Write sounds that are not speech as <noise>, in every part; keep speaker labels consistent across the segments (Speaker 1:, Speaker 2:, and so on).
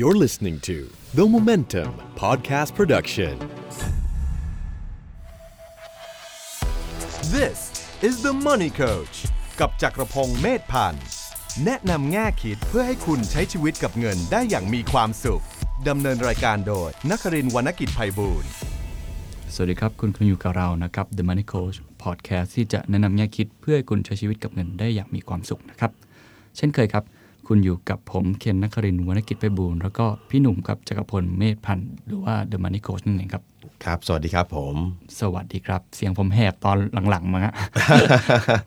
Speaker 1: You're listening to The Momentum Podcast Production.
Speaker 2: This is the Money Coach กับจักรพงศ์เมธพันธ์ แนะนำแง่คิดเพื่อให้คุณใช้ชีวิตกับเงินได้อย่างมีความสุข ดำเนินรายการโดยนักรินทร์วรรณกิจไพบูลย์
Speaker 3: สวัสดีครับ คุณคุณอยู่กับเรานะครับ The Money Coach Podcast ที่จะแนะนำแง่คิดเพื่อให้คุณใช้ชีวิตกับเงินได้อย่างมีความสุขนะครับ เช่นเคยครับ คุณอยู่กับผมเคนนักครินทร์วรรณกิจไปบูรณ์แล้วก็พี่หนุ่มครับจักรพลเมธพันธ์หรือว่า The Money Coach นั่นเองครับ
Speaker 4: ครับ สวัสดีครับผม
Speaker 3: สวัสดีครับ เสียงผมแหบตอนหลังๆ
Speaker 4: <laughs>
Speaker 3: มาฮะ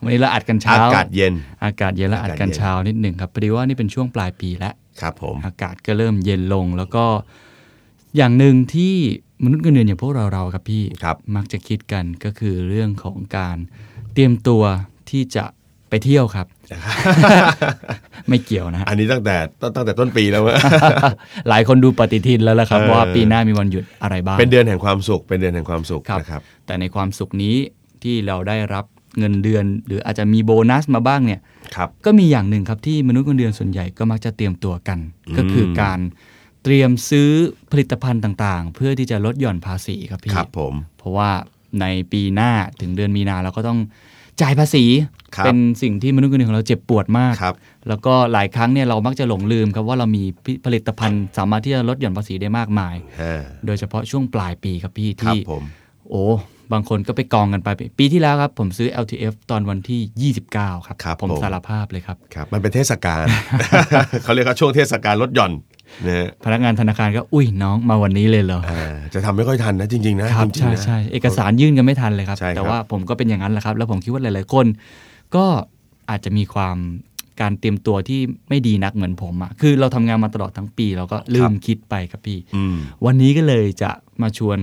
Speaker 3: วันนี้เราอัดกันเช้า
Speaker 4: อากาศเย็น
Speaker 3: อากาศเย็นและอัดกันเช้านิดหนึ่งครับพอดีว่านี่เป็นช่วงปลายปีแล้ว
Speaker 4: ครับผม
Speaker 3: อากาศก็เริ่มเย็นลงแล้วก็อย่างหนึ่งที่มนุษย์เงินเดือนอย่างพวกเราเราๆครับพี่
Speaker 4: ครับ
Speaker 3: มักจะคิดกันก็คือเรื่องของการเตรียมตัวที่จะไปเที่ยว
Speaker 4: <laughs>
Speaker 3: ครับ ไม่เกี่ยวนะฮะ
Speaker 4: อันนี้ตั้งแต่ตตั้งแต่ต้นปีแล้วเว้ย
Speaker 3: <laughs> หลายคนดูปฏิทินแล้วละครับ
Speaker 4: เออ
Speaker 3: ว่าปีหน้ามีวันหยุดอะไรบ้าง
Speaker 4: เป็นเดือนแห่งความสุข เป็นเดือนแห่งความสุข
Speaker 3: ครับ
Speaker 4: นะครับ
Speaker 3: แต่ในความสุขนี้ที่เราได้รับเงินเดือน หรืออาจจะมีโบนัสมาบ้างเนี่ย
Speaker 4: ครับ
Speaker 3: ก็มีอย่างหนึ่งครับที่มนุษย์เงินเดือนส่วนใหญ่ก็มักจะเตรียมตัวกัน ก็คือการเตรียมซื้อผลิตภัณฑ์ต่างๆ เพื่อที่จะลดหย่อนภาษีครับพี่
Speaker 4: ครับผม
Speaker 3: เพราะว่าในปีหน้าถึงเดือนมีนาเราก็ต้องจ่ายภาษี
Speaker 4: ครับ
Speaker 3: เป็นสิ่งที่มนุษย์เงินเดือนของเราเจ็บปวดมาก
Speaker 4: ครับ
Speaker 3: แล้วก็หลายครั้งเนี่ยเรามักจะหลงลืมครับว่าเรามีผลิตภัณฑ์สามารถที่จะลดหย่อนภาษีได้มากมาย
Speaker 4: อ่า
Speaker 3: โดยเฉพาะช่วงปลายปีครับพี่
Speaker 4: ครับ
Speaker 3: ที่
Speaker 4: ผม
Speaker 3: โอ้บางคนก็ไปกองกันไป ปีที่แล้วครับผมซื้อ LTF ตอนวันที่ 29 ครับ
Speaker 4: ครับ
Speaker 3: ผม
Speaker 4: ผม
Speaker 3: สารภาพเลยครับ
Speaker 4: ครับ มันเป็นเทศกาล <laughs> เขาเรียกว่าช่วงเทศกาลลดหย่อนนะฮะ
Speaker 3: พนักงานธนาคารก็อุ้ยน้องมาวันนี้เลยเหรอ
Speaker 4: อ่าจะทำไม่ค่อยทันนะจริง ๆ นะครับ จริง
Speaker 3: ใช่
Speaker 4: ๆนะ
Speaker 3: ใช่เอกสารยื่นกันไม่ทันเลยครับ
Speaker 4: ใช่ครับ
Speaker 3: แต่ว่าผมก็เป็นอย่างนั้นแหละครับ แล้วผมคิดว่าหลาย ๆ คน ก็อาจจะมีความการเตรียมตัวที่ไม่ดีนักเหมือนผมอะคือเราทำงานมาตลอดทั้งปีเราก็ลืมคิดไปครับพี่
Speaker 4: อืม
Speaker 3: วันนี้ก็เลยจะมาชวน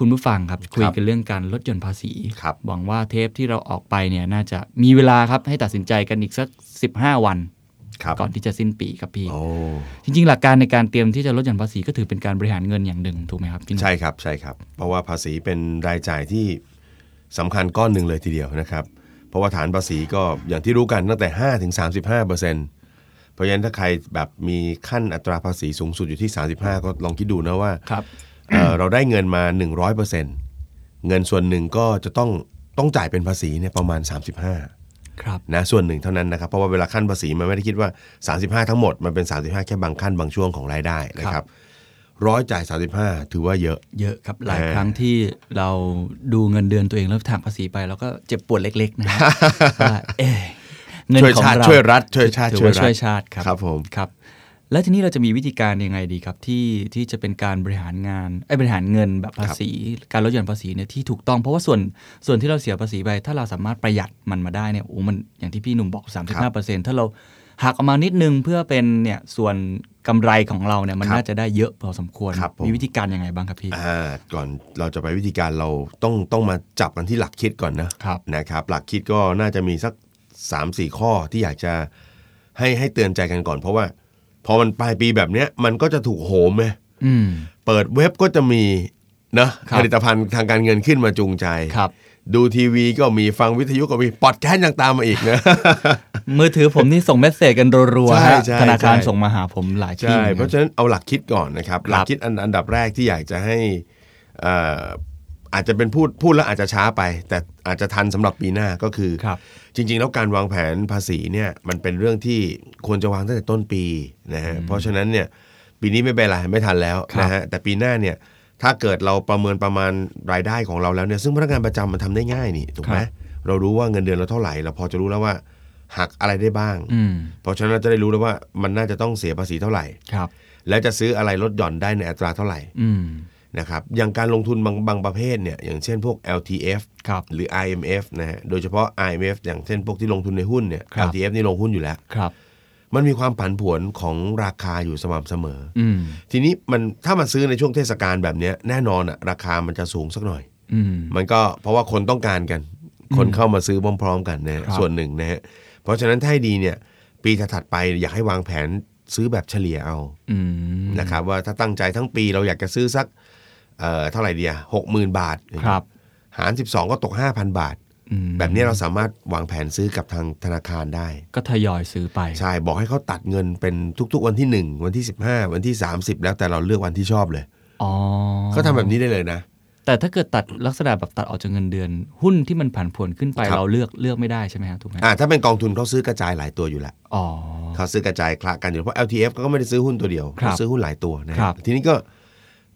Speaker 3: คุณผู้ฟังครับ คุยกันเรื่องการลดหย่อนภาษี
Speaker 4: ครับ
Speaker 3: หวังว่าเทปที่เราออกไปเนี่ยน่าจะมีเวลาครับให้ตัดสินใจกันอีกสัก 15 วัน
Speaker 4: ครับ
Speaker 3: ก่อนที่จะสิ้นปีครับพี่
Speaker 4: โอ้
Speaker 3: จริงๆ หลักการในการเตรียมที่จะลดหย่อนภาษีก็ถือเป็นการบริหารเงินอย่างหนึ่งถูกไหมครับพี่หนุ่ม
Speaker 4: ใช่ครับ ใช่ครับ เพราะว่าภาษีเป็นรายจ่ายที่สำคัญก้อนหนึ่งเลยทีเดียวนะครับ เพราะว่าฐานภาษีก็อย่างที่รู้กันตั้งแต่5ถึง35เปอร์เซ็นต์ เพราะฉะนั้นถ้าใครแบบมีขั้นอัตราภาษีสูงสุดอยู่ที่ 35 ก็ลองคิดดูนะว่า
Speaker 3: ครับ
Speaker 4: เอ่อเราได้เงินมา 100%เงินส่วนหนึ่งก็จะต้องต้องจ่ายเป็นภาษีเนี่ยประมาณ 35
Speaker 3: ครับ
Speaker 4: นะส่วนหนึ่งเท่านั้นนะครับเพราะว่าเวลาขั้นภาษีมันไม่ได้คิดว่า 35 ทั้งหมดมันเป็น 35 แค่บางขั้นบางช่วงของรายได้นะ
Speaker 3: ค
Speaker 4: ค
Speaker 3: รั
Speaker 4: รับบ ร้อยจ่าย 35 ถือว่าเยอะ
Speaker 3: เยอะครับหลาย
Speaker 4: เออ
Speaker 3: ครั้งที่เราดูเงินเดือนตัวเองแล้วถางภาษีไปเราก็เจ็บปวดเล็ก ๆ
Speaker 4: <laughs>
Speaker 3: นะฮะ ว่าเอ๊ะเงิน
Speaker 4: ช่วย
Speaker 3: ของ
Speaker 4: ชาติ
Speaker 3: เรา
Speaker 4: ช่วยรัฐช่วยชาติ
Speaker 3: ถือ
Speaker 4: ช่วย
Speaker 3: ว่า
Speaker 4: รัฐ
Speaker 3: ช่วยชาติครับ
Speaker 4: ครับผม
Speaker 3: ครับ แล้วทีนี้เราจะมีวิธีการยังไงดีครับ ที่ที่จะเป็นการบริหารงานไอ้ยบริหารเงินแบบภาษี การลดหย่อนภาษีเนี่ยที่ถูกต้องเพราะว่าส่วนส่วนที่เราเสียภาษีไปถ้าเราสามารถประหยัดมันมาได้เนี่ยโอ้มันอย่างที่พี่หนุ่มบอก
Speaker 4: ครับ
Speaker 3: 35%ถ้าเราหักออกมานิดนึงเพื่อเป็นเนี่ยส่วนกำไรของเราเนี่ยมัน
Speaker 4: ครับ
Speaker 3: น่าจะได้เยอะพอสมควร
Speaker 4: ครับผม
Speaker 3: มีวิธีการยังไงบ้างครับพี่
Speaker 4: อ่าก่อนเราจะไปวิธีการเราต้องต้องมาจับกันที่หลักคิดก่อนนะครับ นะครับ หลักคิดก็น่าจะมีสัก 3 4 ข้อที่อยากจะให้ให้เตือนใจกันก่อน เพราะว่า พอมันปลายปีแบบเนี้ยมันก็จะถูกโหมไง
Speaker 3: อืม
Speaker 4: เปิดเว็บก็จะมีนะครับ ผลิตภัณฑ์ทางการเงินขึ้นมาจูงใจ
Speaker 3: ครับ
Speaker 4: ดูทีวีก็มีฟังวิทยุก็มีพอดแคสต์ยังตามมาอีกนะ
Speaker 3: มือถือผมนี่ส่งเมสเซจกันรัวๆฮะ
Speaker 4: ใช่ใช่
Speaker 3: ธนาคาร
Speaker 4: ใช่
Speaker 3: ส่งมาหาผมหลายที่
Speaker 4: ใช่
Speaker 3: หมือนกัน
Speaker 4: เพราะฉะนั้นเอาหลักคิดก่อนนะครับ
Speaker 3: ครับ
Speaker 4: หลักคิดอันอันดับแรกที่อยากจะให้เอ่ออาจจะเป็นพูดพูดแล้วอาจจะช้าไป แต่อาจจะทันสำหรับปีหน้าก็คือ
Speaker 3: ครับ
Speaker 4: จริง ๆ แล้วการวางแผนภาษีเนี่ยมันเป็นเรื่องที่ควรจะวางตั้งแต่ต้นปีนะฮะเพราะฉะนั้นเนี่ยปีนี้ไม่เป็นไรไม่ทันแล้วนะฮะแต่ปีหน้าเนี่ยถ้าเกิดเราประเมินประมาณรายได้ของเราแล้วเนี่ยซึ่งพนักงานประจำมันทำได้ง่ายนี่ถูกไหม
Speaker 3: ครับ
Speaker 4: เรารู้ว่าเงินเดือนเราเท่าไหร่เราพอจะรู้แล้วว่าหักอะไรได้บ้าง
Speaker 3: อืม
Speaker 4: เพราะฉะนั้นเราจะได้รู้แล้วว่ามันน่าจะต้องเสียภาษีเท่าไหร่
Speaker 3: ครับ
Speaker 4: และจะซื้ออะไรลดหย่อนได้ในอัตราเท่าไหร่
Speaker 3: อืม
Speaker 4: นะครับอย่างการลงทุนบางบางประเภทเนี่ยอย่างเช่นพวก LTF
Speaker 3: ครับ
Speaker 4: หรือ IMF นะฮะโดยเฉพาะ IMF อย่างเช่นพวกที่ลงทุนในหุ้นเนี่ย
Speaker 3: ครับ
Speaker 4: LTF นี่ลงหุ้นอยู่แล้ว
Speaker 3: ครับ
Speaker 4: มันมีความผันผวนของราคาอยู่สม่ำเสมอ
Speaker 3: อืม
Speaker 4: ทีนี้มันถ้ามันซื้อในช่วงเทศกาลแบบเนี้ยแน่นอนอะราคามันจะสูงสักหน่อย
Speaker 3: อืม
Speaker 4: มันก็เพราะว่าคนต้องการกัน คนเข้ามาซื้อพร้อม ๆ กันนะฮะ
Speaker 3: ครับ
Speaker 4: ส่วนหนึ่งนะฮะเพราะฉะนั้นถ้าให้ดีเนี่ยปีถัดๆไปอยากให้วางแผนซื้อแบบเฉลี่ยเอา
Speaker 3: อืม
Speaker 4: นะครับว่าถ้าตั้งใจทั้งปีเราอยากจะซื้อสักเอ่อเท่าไหร่เดียหกหมื่นบาท
Speaker 3: ครับ
Speaker 4: หารสิบสองก็ตกห้าพันบาท
Speaker 3: อืม
Speaker 4: แบบนี้เราสามารถวางแผนซื้อกับทางธนาคารได้
Speaker 3: ก็ทยอยซื้อไป
Speaker 4: ใช่บอกให้เขาตัดเงินเป็นทุกๆ วันที่ 1 วันที่ 15 วันที่ 30 แล้วแต่เราเลือกวันที่ชอบเลย
Speaker 3: อ๋อ
Speaker 4: เขาทำแบบนี้ได้เลยนะ
Speaker 3: แต่ถ้าเกิดตัดลักษณะแบบตัดออกจากเงินเดือน หุ้นที่มันผันผวนขึ้นไป
Speaker 4: ครับ
Speaker 3: เราเลือกเลือกไม่ได้ใช่ไหมฮะถูกไหม
Speaker 4: อ่าถ้าเป็นกองทุนเขาซื้อกระจายหลายตัวอยู่แล้ว
Speaker 3: อ๋อ
Speaker 4: เขาซื้อกระจายคละกันอยู่เพราะ LTF ก็ไม่ได้ซื้อหุ้นตัวเดียว
Speaker 3: ครับ
Speaker 4: เขาซื้อหุ้นหลายตัวนะครับ ทีนี้ก็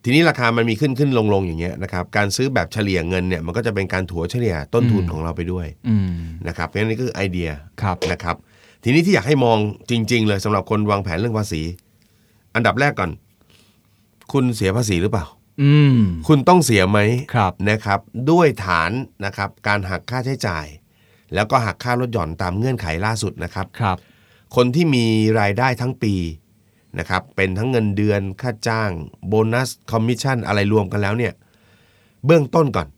Speaker 4: ทีนี้ราคามันมีขึ้นขึ้นลงลงอย่างเงี้ยนะครับการซื้อแบบเฉลี่ยเงินเนี่ยมันก็จะเป็นการถัวเฉลี่ยต้นทุนของเราไปด้วย
Speaker 3: อืม
Speaker 4: นะครับเพราะฉะนั้นนี่ก็คือไอเดีย
Speaker 3: ครับ
Speaker 4: นะครับทีนี้ที่อยากให้มองจริง ๆ เลยสำหรับคนวางแผนเรื่องภาษี อันดับแรกก่อน คุณเสียภาษีหรือเปล่า
Speaker 3: อืม
Speaker 4: คุณต้องเสียไหม
Speaker 3: ครับ
Speaker 4: นะครับ ด้วยฐานนะครับ การหักค่าใช้จ่าย แล้วก็หักค่าลดหย่อนตามเงื่อนไขล่าสุดนะครับ
Speaker 3: ครับ
Speaker 4: คนที่มีรายได้ทั้งปีนะครับเป็นทั้งเงินเดือนค่าจ้าง โบนัส คอมมิชชั่น อะไรรวมกันแล้วเนี่ยเบื้องต้นก่อน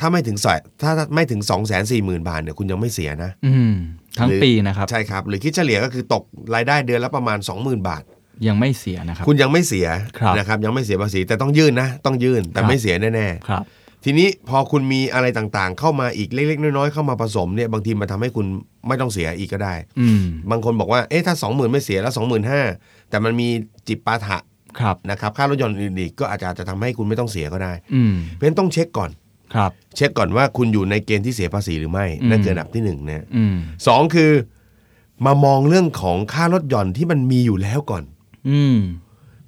Speaker 4: ถ้าไม่ถึงสอยถ้าไม่ถึง 2 4 0 0 0 0 บาทเนี่ยคุณยังไม่เสียนะ
Speaker 3: อืม ทั้ง
Speaker 4: หรือ
Speaker 3: ปีนะครับ
Speaker 4: ใช่ครับ หรือคิดเฉลี่ยก็คือตกรายได้เดือนละประมาณ 20,000 บาท
Speaker 3: ยังไม่เสียนะครับ
Speaker 4: คุณยังไม่เสีย
Speaker 3: ครับ
Speaker 4: นะครับยังไม่เสียภาษีแต่ต้องยื่นนะ ต้องยื่นแต่ไม่เสียแน่
Speaker 3: ครับ
Speaker 4: ๆ ทีนี้พอคุณมีอะไรต่างๆ เข้ามาอีกเล็ก ๆ น้อยๆ เข้ามาผสมเนี่ยบางทีมันทำให้คุณไม่ต้องเสียอีกก็ได้
Speaker 3: อืม
Speaker 4: บางคนบอกว่าเอ๊ะถ้า 20,000 ไม่เสียแล้ว 25,000 แต่มันมีจิปปาถะ
Speaker 3: ครับ
Speaker 4: นะครับค่ารถยนต์อื่นอีกก็อาจจะอาจจะทำให้คุณไม่ต้องเสียก็ได้
Speaker 3: อืม
Speaker 4: เพราะฉะนั้นต้องเช็คก่อน
Speaker 3: ครับ
Speaker 4: เช็คก่อนว่าคุณอยู่ในเกณฑ์ที่เสียภาษีหรือไม่นั่นคืออันดับที่หนึ่งนะ
Speaker 3: อืม
Speaker 4: สองคือมามองเรื่องของค่าลดหย่อนที่มันมีอยู่แล้วก่อน
Speaker 3: อืม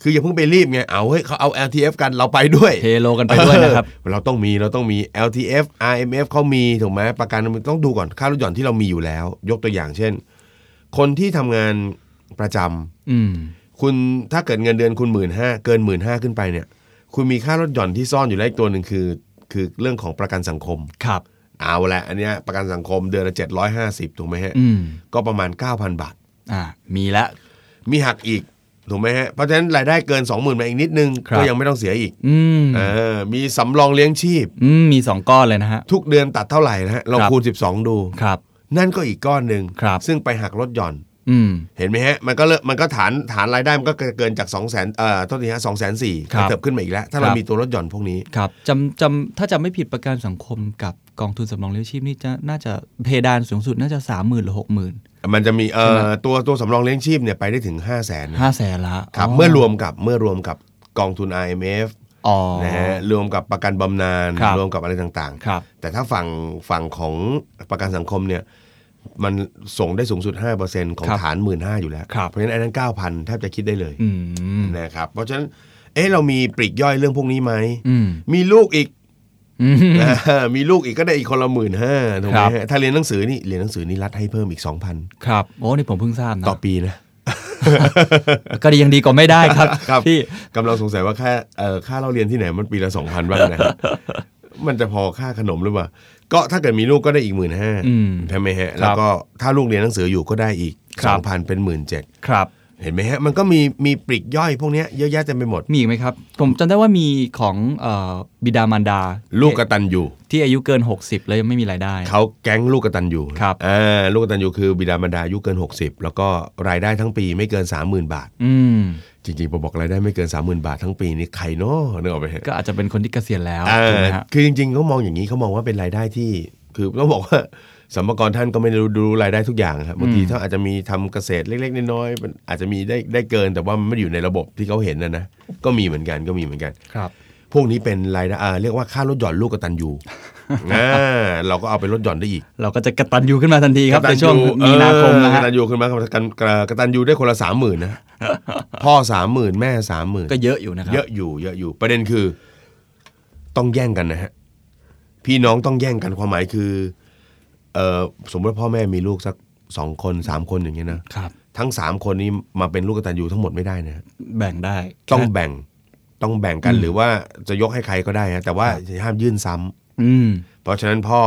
Speaker 4: คืออย่าเพิ่งไปรีบไง เอาเฮ้ยเขาเอา LTF กันเราไปด้วย
Speaker 3: เทโลกันไปด้วยนะครับ
Speaker 4: เออเราต้องมีเราต้องมี LTF RMF เขามีถูกไหมประกันมันต้องดูก่อนค่าลดหย่อนที่เรามีอยู่แล้ว ยกตัวอย่างเช่น คนที่ทำงานประจำ
Speaker 3: อืม
Speaker 4: คุณถ้าเกิดเงินเดือนคุณหมื่นห้าเกินหมื่นห้าขึ้นไปเนี่ย คุณมีค่าลดหย่อนที่ซ่อนอยู่แล้วอีกตัวหนึ่งคือ คือเรื่องของประกันสังคม
Speaker 3: ครับ
Speaker 4: เอาละอันเนี้ยประกันสังคมเดือนละ750ถูกไหมฮะ
Speaker 3: อืม
Speaker 4: ก็ประมาณ 9,000 บาท
Speaker 3: อ่า มีแล้ว
Speaker 4: มีหักอีก ถูกไหมฮะ เพราะฉะนั้นรายได้เกิน 20,000มาอีกนิดนึง
Speaker 3: ครับ
Speaker 4: ก็ยังไม่ต้องเสียอีก
Speaker 3: อืม
Speaker 4: เออมีสำรองเลี้ยงชีพ
Speaker 3: อืม มีสองก้อนเลยนะฮะ
Speaker 4: ทุกเดือนตัดเท่าไหร่นะฮะลอง
Speaker 3: ครับ
Speaker 4: คูณ 12 ดู
Speaker 3: ครับ
Speaker 4: นั่นก็อีกก้อนหนึ่ง
Speaker 3: ครับ
Speaker 4: ซึ่งไปหักลดหย่อน
Speaker 3: อืม
Speaker 4: เห็นไหมฮะ มันก็เลิมันก็ฐานฐานรายได้มันก็เกินจาก2 0 0 0 0เอ่อโทษทีฮะ2 0 0 0 0 0
Speaker 3: ครับ
Speaker 4: เติบขึ้นมาอีกแล้ว ถ้า
Speaker 3: ค
Speaker 4: เรา
Speaker 3: รับ
Speaker 4: มีตัวลดหย่อนพวกนี้
Speaker 3: ครับจำจำถ้าจำไม่ผิดประกันสังคมกับกองทุนสำรองเลี้ยงชีพนี่จะน่าจะเพดานสูงสุดน่าจะสามหมื่นหรือหกหมื่น
Speaker 4: มันจะมีเอ่
Speaker 3: ใช่
Speaker 4: อ
Speaker 3: ไหม
Speaker 4: ตัวตัวสำรองเลี้ยงชีพเนี่ยไปได้ถึง 5 0 0 0 0 0
Speaker 3: ห้าแสนละ
Speaker 4: ครับเมื่อรวมกับเมื่อรวมกับกองทุน IMF
Speaker 3: อ๋อ
Speaker 4: นะฮะรวมกับประกันบำนาญ
Speaker 3: ครับ
Speaker 4: รวมกับอะไรต่างๆ
Speaker 3: ครับ
Speaker 4: แต่ถ้าฝั่งฝั่งของประกันสังคมเนี่ยมันส่งได้สูงสุด 5%ของ
Speaker 3: ครับ
Speaker 4: ฐาน 1 5ื่นอยู่แล้ว
Speaker 3: ครับ
Speaker 4: เพราะฉะนั้นอันนั้น 9,000แทบจะคิดได้เลย
Speaker 3: อืม
Speaker 4: นะครับเพราะฉะนั้นเอ๊ะเรามีปลีกย่อยเรื่องพวกนี้ไหม
Speaker 3: อืม
Speaker 4: มีลูกอีก
Speaker 3: อืม
Speaker 4: เออมีลูกอีกก็ได้อีกคนละหมื่นห้าถูกไหม
Speaker 3: ครั
Speaker 4: ฮะ
Speaker 3: บ
Speaker 4: ถ้าเรียนหนังสือนี่เรียนหนังสือนี่รัดให้เพิ่มอีก 2,000
Speaker 3: ครับโอ้นี่ผมเพิ่งทราบนะ
Speaker 4: ต่อปีนะ
Speaker 3: ก็ยังดีกว่าไม่ได้ครับ
Speaker 4: ครับ
Speaker 3: พี่
Speaker 4: <laughs> กำลังสงสัยว่าค่าเอ่อค่าเราเรียนที่ไหนมันปีละ 2,000 บ้างนะ มันจะพอค่าขนมหรือเปล่า ก็ถ้าเกิดมีลูกก็ได้อีกหมื่นห้า
Speaker 3: อืม
Speaker 4: ใช่ไหมฮะ แล้วก็ถ้าลูกเรียนหนังสืออยู่ก็ได้อีก
Speaker 3: ครั
Speaker 4: สอบ งพันเป็นหมื่นเจ็ด
Speaker 3: ครับ
Speaker 4: เห็นไหมฮะ มันก็มีมีปลีกย่อยพวกเนี้ยเยอะแยะเต็มไปหมด
Speaker 3: มีอีกไหมครับ ผมจำได้ว่ามีของเออบิดามารดา
Speaker 4: ลูกกตันอยู่
Speaker 3: ที่อายุเกิน 60 แล้วยังไม่มีรายได้
Speaker 4: เขาแก๊งลูกกตันอยู่
Speaker 3: ครับ
Speaker 4: อ่าลูกกตันอยู่คือบิดามารดาอายุเกิน 60 แล้วก็รายได้ทั้งปีไม่เกิน 30,000 บาท
Speaker 3: อืม
Speaker 4: จริงๆผมบอกรายได้ไม่เกิน 30,000 บาททั้งปีนี่ใครเนาะนึกออกไหมฮะ
Speaker 3: ก็อาจจะเป็นคนที่เกษียณแล้ว
Speaker 4: อ่า
Speaker 3: ถูกไหมฮะ
Speaker 4: คือจริงๆเขามองอย่างนี้เขามองว่าเป็นรายได้ที่ คือต้องบอกว่าสัมภากระท่านก็ไม่ได้รู้รู้รายได้ทุกอย่างครับบางทีเขาอาจจะมีทำเกษตรเล็กๆน้อยๆมันอาจจะมีได้ได้เกินแต่ว่ามันไม่ได้อยู่ในระบบที่เขาเห็นนะนะก็มีเหมือนกันก็มีเหมือนกัน
Speaker 3: ครับ
Speaker 4: พวกนี้เป็นรายได้อ่าเรียกว่าค่าลดหย่อนลูกกตัน
Speaker 3: <laughs>
Speaker 4: ยูอ่าเราก็เอาไปลดหย่อนได้อีก
Speaker 3: เราก็จะกระตันยูขึ้นมาทันทีครับ ในช่วงมีนาคมนะ
Speaker 4: ก
Speaker 3: ฮะ
Speaker 4: ตันยูขึ้นมากตันกตันยูได้คนละสามหมื่
Speaker 3: <laughs>
Speaker 4: นนะพ่อสามหมื่นแม่สามหมื่น
Speaker 3: ก็เยอะอยู่นะครับ
Speaker 4: เยอะอยู่เยอะอยู่ประเด็นคือต้องแย่งกันนะฮะ พี่น้องต้องแย่งกันความหมายคือเออสมมติว่าพ่อแม่มีลูกสักสองคนสามคนอย่างเงี้ยนะครับ ทั้งสามคนนี้มาเป็นลูกกตัญญูทั้งหมดไม่ได้นะฮะ
Speaker 3: แบ่งได้
Speaker 4: ต้องแบ่งต้องแบ่งกันหรือว่าจะยกให้ใครก็ได้ฮะแต่ว่าห้ามยื่นซ้ำ
Speaker 3: อืม
Speaker 4: เพราะฉะนั้นพ่อ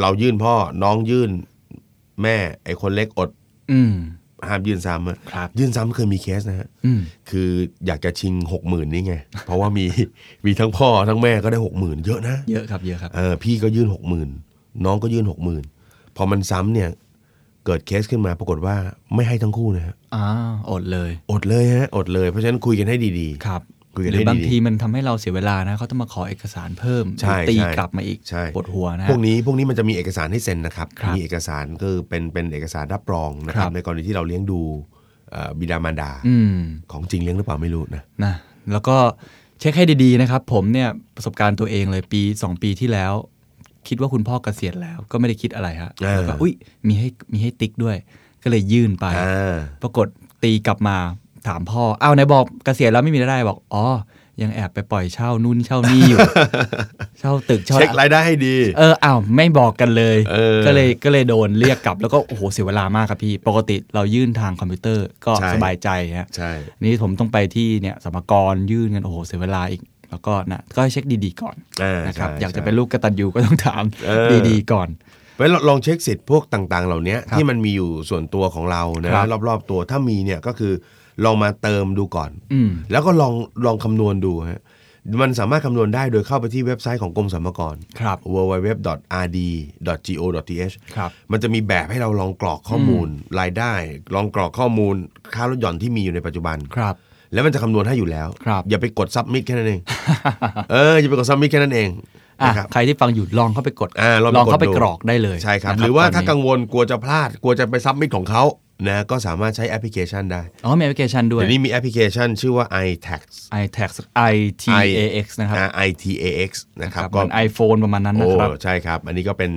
Speaker 4: เรายื่นพ่อน้องยื่นแม่ไอคนเล็กอด
Speaker 3: อืม
Speaker 4: ห้ามยื่นซ้ำอะ
Speaker 3: ครับ
Speaker 4: ยื่นซ้ำเคยมีเคสนะฮะ
Speaker 3: อืม
Speaker 4: คืออยากจะชิงหกหมื่นนี่ไง เพราะว่ามี <laughs> มีทั้งพ่อทั้งแม่ก็ได้หกหมื่นเยอะนะ
Speaker 3: เยอะครับ เยอะครับ
Speaker 4: เออพี่ก็ยื่นหกหมื่นน้องก็ยื่นหกหมื่นพอมันซ้ำเนี่ยเกิดเคสขึ้นมาปรากฏว่าไม่ให้ทั้งคู่นะฮะ
Speaker 3: อ้าวอดเลย
Speaker 4: อดเลยฮะอดเลยเพราะฉะนั้นคุยกันให้ดี
Speaker 3: ครับ
Speaker 4: คุยกัน
Speaker 3: หรื
Speaker 4: ให้
Speaker 3: อบาง
Speaker 4: ดี
Speaker 3: ทีมันทำให้เราเสียเวลานะเขาต้องมาขอเอกสารเพิ่ม
Speaker 4: ใช่
Speaker 3: ตี
Speaker 4: ใช่
Speaker 3: กลับมาอีก
Speaker 4: ใช่
Speaker 3: ปวดหัวนะ
Speaker 4: พวกนี้พวกนี้มันจะมีเอกสารให้เซ็นนะครับ
Speaker 3: ครับ
Speaker 4: มีเอกสารคือเป็นเป็นเอกสารรับรองนะค
Speaker 3: ครั
Speaker 4: รับบ ในกรณีที่เราเลี้ยงดูเอ่อบิดามารดา
Speaker 3: อืม
Speaker 4: ของจริงเลี้ยงหรือเปล่าไม่รู้นะ
Speaker 3: นะแล้วก็เช็คให้ดีๆนะครับ ผมเนี่ยประสบการณ์ตัวเองเลยปี 2 ปีที่แล้ว คิดว่าคุณพ่อเกษียณแล้วก็ไม่ได้คิดอะไรฮะ
Speaker 4: เออ
Speaker 3: แล้วก็อุ้ยมีให้มีให้ติ๊กด้วย ก็เลยยื่นไป
Speaker 4: อ่า
Speaker 3: ปรากฏตีกลับมาถามพ่ออ้าวไหนบอกเกษียณแล้วไม่มีรายได้บอกอ๋อยังแอบไปปล่อยเช่านู่นเช่านี่
Speaker 4: <laughs>
Speaker 3: อยู่ เช่าตึกเช่า
Speaker 4: เช็ครายได้ให้ดี
Speaker 3: เอออ้าวไม่บอกกันเลย
Speaker 4: เออ
Speaker 3: ก็เลยก็เลยโดนเรียกกลับแล้วก็โอ้โหเสียเวลามากครับพี่ ปกติเรายื่นทางคอมพิวเตอร์ก็
Speaker 4: ใช่
Speaker 3: สบายใจฮะ
Speaker 4: ใช่
Speaker 3: อันนี้ผมต้องไปที่เนี่ยสมกรยื่นกันโอ้โหเสียเวลาอีก แล้วก็นะก็ให้เช็คดีๆก่อน
Speaker 4: อ่าน
Speaker 3: นะครับ
Speaker 4: ใช่
Speaker 3: อยากจะ
Speaker 4: ใช่
Speaker 3: เป็นลูกกระตันยูก็ต้องถาม
Speaker 4: เออ
Speaker 3: ดีๆก่อน
Speaker 4: เพราะฉะนั้นลองเช็คสิทธิ์พวกต่างๆ เหล่านี้
Speaker 3: ครับ
Speaker 4: ที่มันมีอยู่ส่วนตัวของเรานะครับ รอบๆตัวถ้ามีเนี่ยก็คือลองมาเติมดูก่อน
Speaker 3: อืม
Speaker 4: แล้วก็ลองลองคำนวณดูฮะมันสามารถคำนวณได้โดยเข้าไปที่เว็บไซต์ของกรมสรรพากร
Speaker 3: ครับ
Speaker 4: www.rd.go.th
Speaker 3: ครับ
Speaker 4: มันจะมีแบบให้เราลองกรอกข้อมูลรายได้ ลองกรอกข้อมูลค่ารถหย่อนที่มีอยู่ในปัจจุบัน
Speaker 3: ครับ
Speaker 4: แล้วมันจะคำนวณให้อยู่แล้ว
Speaker 3: ครับ
Speaker 4: อย่าไปกดซับมิดแค่นั้นเอง <laughs> เอออย่าไปกดซับมิดแค่นั้นเอง
Speaker 3: อ่ะ
Speaker 4: นะครับ
Speaker 3: ใครที่ฟังอยู่ลองเข้าไปกด
Speaker 4: อ่าลองไป
Speaker 3: ลองเข้าไป
Speaker 4: กดดู
Speaker 3: กรอกได้เลย
Speaker 4: ใช่ครับ
Speaker 3: นะ
Speaker 4: หรือว่าถ้า
Speaker 3: ต
Speaker 4: กั
Speaker 3: น
Speaker 4: ง
Speaker 3: นี้
Speaker 4: วลกลัวจะพลาดกลัวจะไปซับมิดของเขานะก็สามารถใช้แอปพลิเคชันได้
Speaker 3: อ๋อมีแอปพลิเคชันด้วย
Speaker 4: เดี๋ยวนี้มีแอปพลิเคชันชื่อว่า iTax
Speaker 3: i tax i t a x นะครับ
Speaker 4: อ่า ITAX นะครับ
Speaker 3: เหมัน iPhone ประมาณนั้นนะ
Speaker 4: โอ้
Speaker 3: ครับ
Speaker 4: ใช่ครับ อันนี้ก็เป็น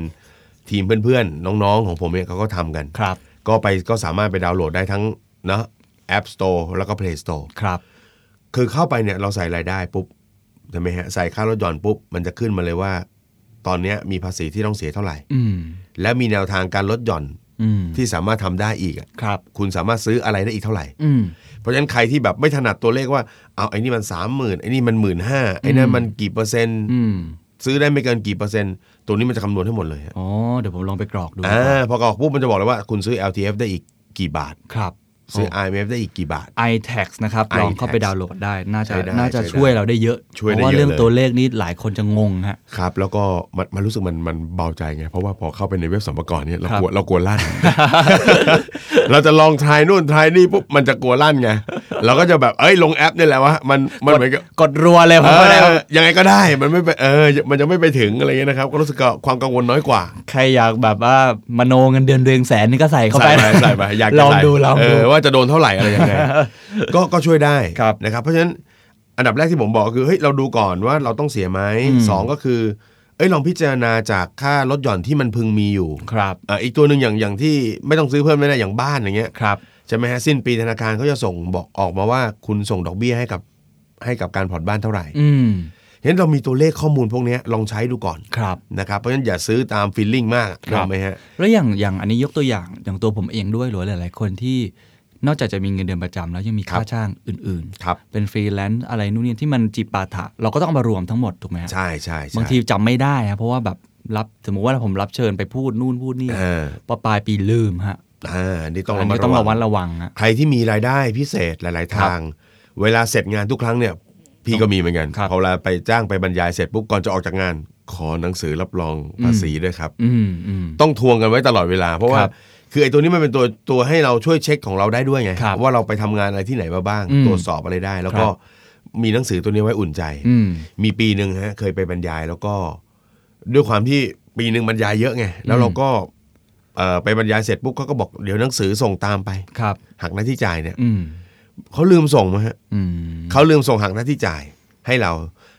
Speaker 4: ทีมเพื่อนๆ น้องๆ ของผมเนี่ยเขาก็ทำกัน
Speaker 3: ครับ
Speaker 4: ก็ไปก็สามารถไปดาวน์โหลดได้ทั้งเนาะ App Store แล้วก็ Play Store
Speaker 3: ครับ
Speaker 4: คือเข้าไปเนี่ยเราใส่รายได้ปุ๊บใช่ไหมฮะใส่ค่ารถหย่อนปุ๊บ มันจะขึ้นมาเลยว่า ตอนเนี้ยมีภาษีที่ต้องเสียเท่าไหร่
Speaker 3: อืม
Speaker 4: และมีแนวทางการลดหย่อน
Speaker 3: อืม
Speaker 4: ที่สามารถทำได้อีกอะ
Speaker 3: ครับ
Speaker 4: คุณสามารถซื้ออะไรได้อีกเท่าไหร่
Speaker 3: อืม
Speaker 4: เพราะฉะนั้นใครที่แบบไม่ถนัดตัวเลขว่า เอาไอ้นี่มันสามหมื่นไอ้นี่มันหมื่นห้าไอ้นั่นมันกี่เปอร์เซ็นต์
Speaker 3: อืม
Speaker 4: ซื้อได้ไม่เกินกี่เปอร์เซ็นต์ ตัวนี้มันจะคำนวณให้หมดเลยฮะ
Speaker 3: อ๋อเดี๋ยวผมลองไปกรอกดู
Speaker 4: อ่าพอกรอกปุ๊บมันจะบอกเลยว่าคุณซื้อ LTF ได้อีกกี่บาท
Speaker 3: ครับ
Speaker 4: ซื้อ IMF ได้อีกกี่บาท
Speaker 3: iTax นะครับ
Speaker 4: iTax
Speaker 3: ลองเข้าไปดาวน์โหลดได้ น่าจะ
Speaker 4: ใช้ได้
Speaker 3: น่าจะ
Speaker 4: ใช้ได้
Speaker 3: ช่วยเราได้เยอะ
Speaker 4: ช่วย
Speaker 3: เพ
Speaker 4: ได้
Speaker 3: ราะว่า
Speaker 4: เยอะ
Speaker 3: เรื่อง
Speaker 4: เลย
Speaker 3: ตัวเลขนี้หลายคนจะงงฮะ
Speaker 4: ครับ แล้วก็มันมันรู้สึกมันมันเบาใจไง เพราะว่าพอเข้าไปในเว็บสมกรเนี่ยเรา
Speaker 3: ครับ
Speaker 4: กลัวเรากลัวลั่น <laughs> เราจะลองทายนู่นทายนี่ปุ๊บมันจะกลัวลั่นไง เราก็จะแบบเอ้ยลงแอปนี่แหละวะมันมันเหมือนกับ
Speaker 3: กดรัวเลยผมก็ได้
Speaker 4: เออยังไงก็ได้มันไม่ไปเออมันยังไม่ไปถึงอะไรเงี้ยนะครับ ก็รู้สึกว่าความกังวลน้อยกว่า
Speaker 3: ใครอยากแบบว่ามโนเงินเดือนเดือนแสนนี่ก็ใส่เข้า
Speaker 4: ใส่
Speaker 3: ไป
Speaker 4: ไปใส่ไปอยากจะ
Speaker 3: ลอง
Speaker 4: ใส่
Speaker 3: ดูลอง
Speaker 4: เอ
Speaker 3: ดู
Speaker 4: อว่าจะโดนเท่าไหร่อะไรยั
Speaker 3: <laughs>
Speaker 4: งไงก็ก็ช่วยได้
Speaker 3: ครับ
Speaker 4: นะครับ เพราะฉะนั้นอันดับแรกที่ผมบอกคือเฮ้ยเราดูก่อนว่าเราต้องเสียไหม
Speaker 3: อืม
Speaker 4: สองก็คือเอ้ยลองพิจารณาจากค่าลดหย่อนที่มันพึงมีอยู่
Speaker 3: ครับ
Speaker 4: อ่ะอีกตัวหนึ่งอย่างอย่างที่ไม่ต้องซื้อเพิ่มไม่ได้อย่างบ้านอย่างเงี้ย
Speaker 3: ครับ
Speaker 4: ใช่ไหมฮะสิ้นปีธนาคารเขาจะส่งบอกออกมาว่าคุณส่งดอกเบี้ยให้กับให้กับการผ่อนบ้านเท่าไหร่
Speaker 3: อืม
Speaker 4: เห็นเรามีตัวเลขข้อมูลพวกเนี้ยลองใช้ดูก่อน
Speaker 3: ครับ
Speaker 4: นะครับเพราะฉะนั้นอย่าซื้อตามฟีลลิ่งมาก
Speaker 3: ครับ
Speaker 4: ถูกไหมฮะ
Speaker 3: แล้วอย่างอย่างอันนี้ยกตัวอย่างอย่างตัวผมเองด้วยหรือว่าหลาย ๆ คนที่นอกจากจะมีเงินเดือนประจำแล้วยังมี
Speaker 4: ครั
Speaker 3: ค่า
Speaker 4: บ
Speaker 3: จ้างอื่น ๆ
Speaker 4: ครับ
Speaker 3: เป็นฟรีแลนซ์อะไรนู่นนี่ที่มันจิปาถะเราก็ต้องเอามารวมทั้งหมดถูกไหมฮะ
Speaker 4: ใช่ใช่ใช่
Speaker 3: บางทีจำไม่ได้ฮะเพราะว่าแบบรับสมมุติว่าผมรับเชิญไปพูดนู่นพูดนี่
Speaker 4: อ่า
Speaker 3: พอปลายปีลืมฮะ
Speaker 4: อ่านี่ต้อง
Speaker 3: อั
Speaker 4: ระ
Speaker 3: น
Speaker 4: มัด
Speaker 3: นี้ต้อง
Speaker 4: ระ
Speaker 3: ระ
Speaker 4: วั
Speaker 3: วั
Speaker 4: ง
Speaker 3: ดระวังอะ
Speaker 4: ใครที่มีรายได้พิเศษหลาย ๆ
Speaker 3: ครับ
Speaker 4: ทาง เวลาเสร็จงานทุกครั้งเนี่ย พี่ก็มีเหมือนกัน
Speaker 3: ครับ
Speaker 4: พอเวลาไปจ้างไปบรรยายเสร็จปุ๊บก่อนจะออกจากงาน ขอหนังสือรับรองภาษีด้วยครับ
Speaker 3: อืมอืม
Speaker 4: ต้องทวงกันไว้ตลอดเวลา เพราะว่า
Speaker 3: ครับ
Speaker 4: คือไอ้ตัวนี้มันเป็นตัวตัวให้เราช่วยเช็คของเราได้ด้วยไง
Speaker 3: ครับ
Speaker 4: ว่าเราไปทำงานอะไรที่ไหนมาบ้าง
Speaker 3: อืม
Speaker 4: ตรวจสอบอะไรได้ แล้วก็
Speaker 3: ครับ
Speaker 4: มีหนังสือตัวนี้ไว้อุ่นใจ
Speaker 3: อืม
Speaker 4: มีปีหนึ่งฮะเคยไปบรรยายแล้วก็ ด้วยความที่ปีหนึ่งบรรยายเยอะไงแล้วเราก็เอ่อไปบรรยายเสร็จปุ๊บเขาก็บอกเดี๋ยวหนังสือส่งตามไป
Speaker 3: ครับ
Speaker 4: หักหน้าที่จ่ายเนี่ย
Speaker 3: อืม
Speaker 4: เขาลืมส่งมาฮะ
Speaker 3: อืม
Speaker 4: เขาลืมส่งหักหน้าที่จ่ายให้เรา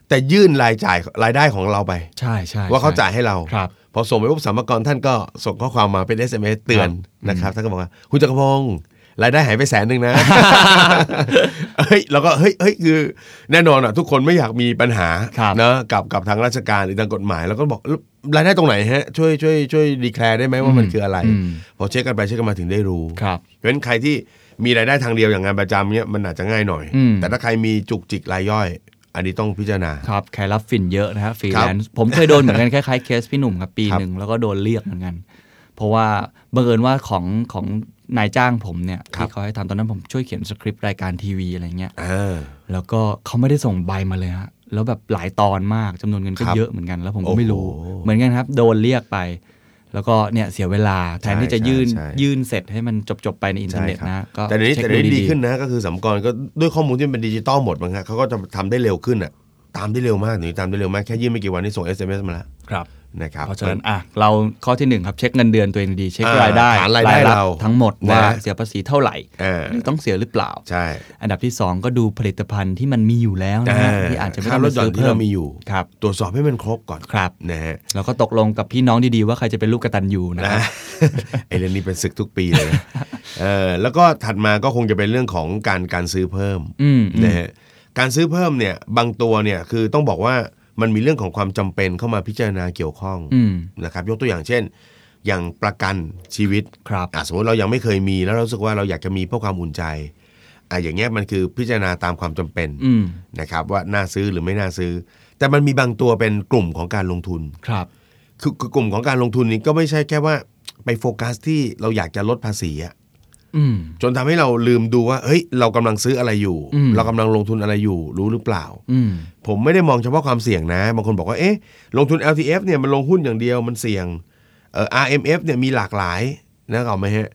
Speaker 4: แต่ยื่นรายจ่ายรายได้ของเราไป
Speaker 3: ใช่ใช่
Speaker 4: ว่าเขาจ่าย
Speaker 3: ใช่
Speaker 4: ให้เรา
Speaker 3: ครับ
Speaker 4: พอส่งไปปุ๊บสรรพากรท่านก็ส่งข้อความมาเป็น SMS เตือน
Speaker 3: ครับ
Speaker 4: นะครับท่านก็บอกว่าคุณจักรพงศ์รายได้หายไปแสนหนึ่งนะ เฮ้ยเราก็เฮ้ยเฮ้ยคือแน่นอนอ่ะทุกคนไม่อยากมีปัญหา
Speaker 3: ครับ
Speaker 4: นะกับกับทางราชการหรือทางกฎหมาย แล้วก็บอกรายได้ตรงไหนฮะช่วยช่วยช่วยดีแคลร์ได้ไหมว่ามัน
Speaker 3: อืม
Speaker 4: คืออะไร
Speaker 3: อืม
Speaker 4: พอเช็คกันไปเช็คกันมาถึงได้รู้
Speaker 3: ครับ
Speaker 4: เพราะฉะนั้นใครที่มีรายได้ทางเดียวอย่างงานประจำเนี่ยมันอาจจะง่ายหน่อย
Speaker 3: อืม
Speaker 4: แต่ถ้าใครมีจุกจิกรายย่อย อันนี้ต้องพิจารณา
Speaker 3: ครับใครรับฟินเยอะนะฮะฟรีแลนซ์ผมเคยโดนเหมือนกัน คล้ายๆเคสพี่หนุ่มครับปี
Speaker 4: ครับ
Speaker 3: หนึ่งแล้วก็โดนเรียกเหมือนกัน เพราะว่าบังเอิญว่าของของนายจ้างผมเนี่ย
Speaker 4: ครับ
Speaker 3: ที่เขาให้ทำตอนนั้นผมช่วยเขียนสคริปต์รายการทีวีอะไรเงี้ย
Speaker 4: อ่า
Speaker 3: แล้วก็เขาไม่ได้ส่งใบมาเลยฮะแล้วแบบหลายตอนมากจำนวนเงินก็
Speaker 4: ครับ
Speaker 3: เยอะเหมือนกัน แล้วผม
Speaker 4: โอ้
Speaker 3: ก็
Speaker 4: โห
Speaker 3: ไม่รู้ เหมือนกันครับ โดนเรียกไป แล้วก็เนี่ยเสียเวลาแทนที่จะ
Speaker 4: ใช่
Speaker 3: ยื่น
Speaker 4: ใช่
Speaker 3: ยื่นเสร็จให้มันจบจบๆไปในอินเทอร์เน็ต
Speaker 4: ใช่ค
Speaker 3: นะ
Speaker 4: บ
Speaker 3: ก็
Speaker 4: แต่เดี๋ยวนี้
Speaker 3: เช็ค
Speaker 4: แต่เดี๋ยวนี้ดี
Speaker 3: ๆ
Speaker 4: ขึ้นนะก็คือสำกรก็ด้วยข้อมูลที่มันเป็นดิจิตอลหมดมั้งฮะเขาก็จะทำได้เร็วขึ้นอ่ะตามได้เร็วมากหนูตามได้เร็วมากแค่ยื่นไม่กี่วันนี่ส่ง SMS มาแล้ว
Speaker 3: ครับ
Speaker 4: นะครับ
Speaker 3: เพราะฉะนั้นอ่ะเราข้อที่หนึ่งครับเช็คเงินเดือนตัวเองดีๆเช็ครายได้
Speaker 4: อ่าหารายได้
Speaker 3: รับ
Speaker 4: เรา
Speaker 3: ทั้งหมด
Speaker 4: นะ
Speaker 3: ว่าเสียภาษีเท่าไหร่
Speaker 4: เออ
Speaker 3: หรือต้องเสียหรือเปล่า
Speaker 4: ใช่
Speaker 3: อันดับที่สองก็ดูผลิตภัณฑ์ที่มันมีอยู่แล้วนะฮะ
Speaker 4: เ
Speaker 3: ที่อาจจะไม่
Speaker 4: ค่
Speaker 3: ต้อง
Speaker 4: ร
Speaker 3: ไป
Speaker 4: ถ
Speaker 3: ซื้
Speaker 4: ยน
Speaker 3: อ
Speaker 4: ต์ที่
Speaker 3: เพิ่
Speaker 4: เรา
Speaker 3: ม
Speaker 4: มีอยู่
Speaker 3: ครับ
Speaker 4: ตรวจสอบให้มันครบก่อน
Speaker 3: ครับ
Speaker 4: นะฮะ
Speaker 3: แล้วก็ตกลงกับพี่น้องดีๆว่าใครจะเป็นลูกกตันยูนะครับ
Speaker 4: <laughs> ไอเรื่องนี้เป็นศึกทุกปีเลยนะ เออแล้วก็ถัดมาก็คงจะเป็นเรื่องของการการซื้อเพิ่ม
Speaker 3: อืมอืม
Speaker 4: นะฮะการซื้อเพิ่มเนี่ยบางตัวเนี่ยคือต้องบอกว่ามันมีเรื่องของความจำเป็นเข้ามาพิจารณาเกี่ยวข้อง
Speaker 3: อืม
Speaker 4: นะครับยกตัวอย่างเช่น อย่างประกันชีวิต
Speaker 3: ครับ
Speaker 4: อ่ะสมมติเรายังไม่เคยมีแล้วเรารู้สึกว่าเราอยากจะมีเพื่อความอุ่นใจอ่ะอย่างเงี้ยมันคือพิจารณาตามความจำเป็น
Speaker 3: อืม
Speaker 4: นะครับว่าน่าซื้อหรือไม่น่าซื้อ แต่มันมีบางตัวเป็นกลุ่มของการลงทุน
Speaker 3: ครับ
Speaker 4: คือคือกลุ่มของการลงทุนนี้ก็ไม่ใช่แค่ว่าไปโฟกัสที่เราอยากจะลดภาษีอะ
Speaker 3: อืม
Speaker 4: จนทำให้เราลืมดูว่าเฮ้ยเรากำลังซื้ออะไรอยู่
Speaker 3: อืม
Speaker 4: เรากำลังลงทุนอะไรอยู่ รู้หรือเปล่า
Speaker 3: อืม
Speaker 4: ผมไม่ได้มองเฉพาะความเสี่ยงนะบางคนบอกว่าเอ๊ะลงทุน LTF เนี่ยมันลงหุ้นอย่างเดียวมันเสี่ยงเอ่อ RMF เนี่ยมีหลากหลายนะเอาไหมฮะ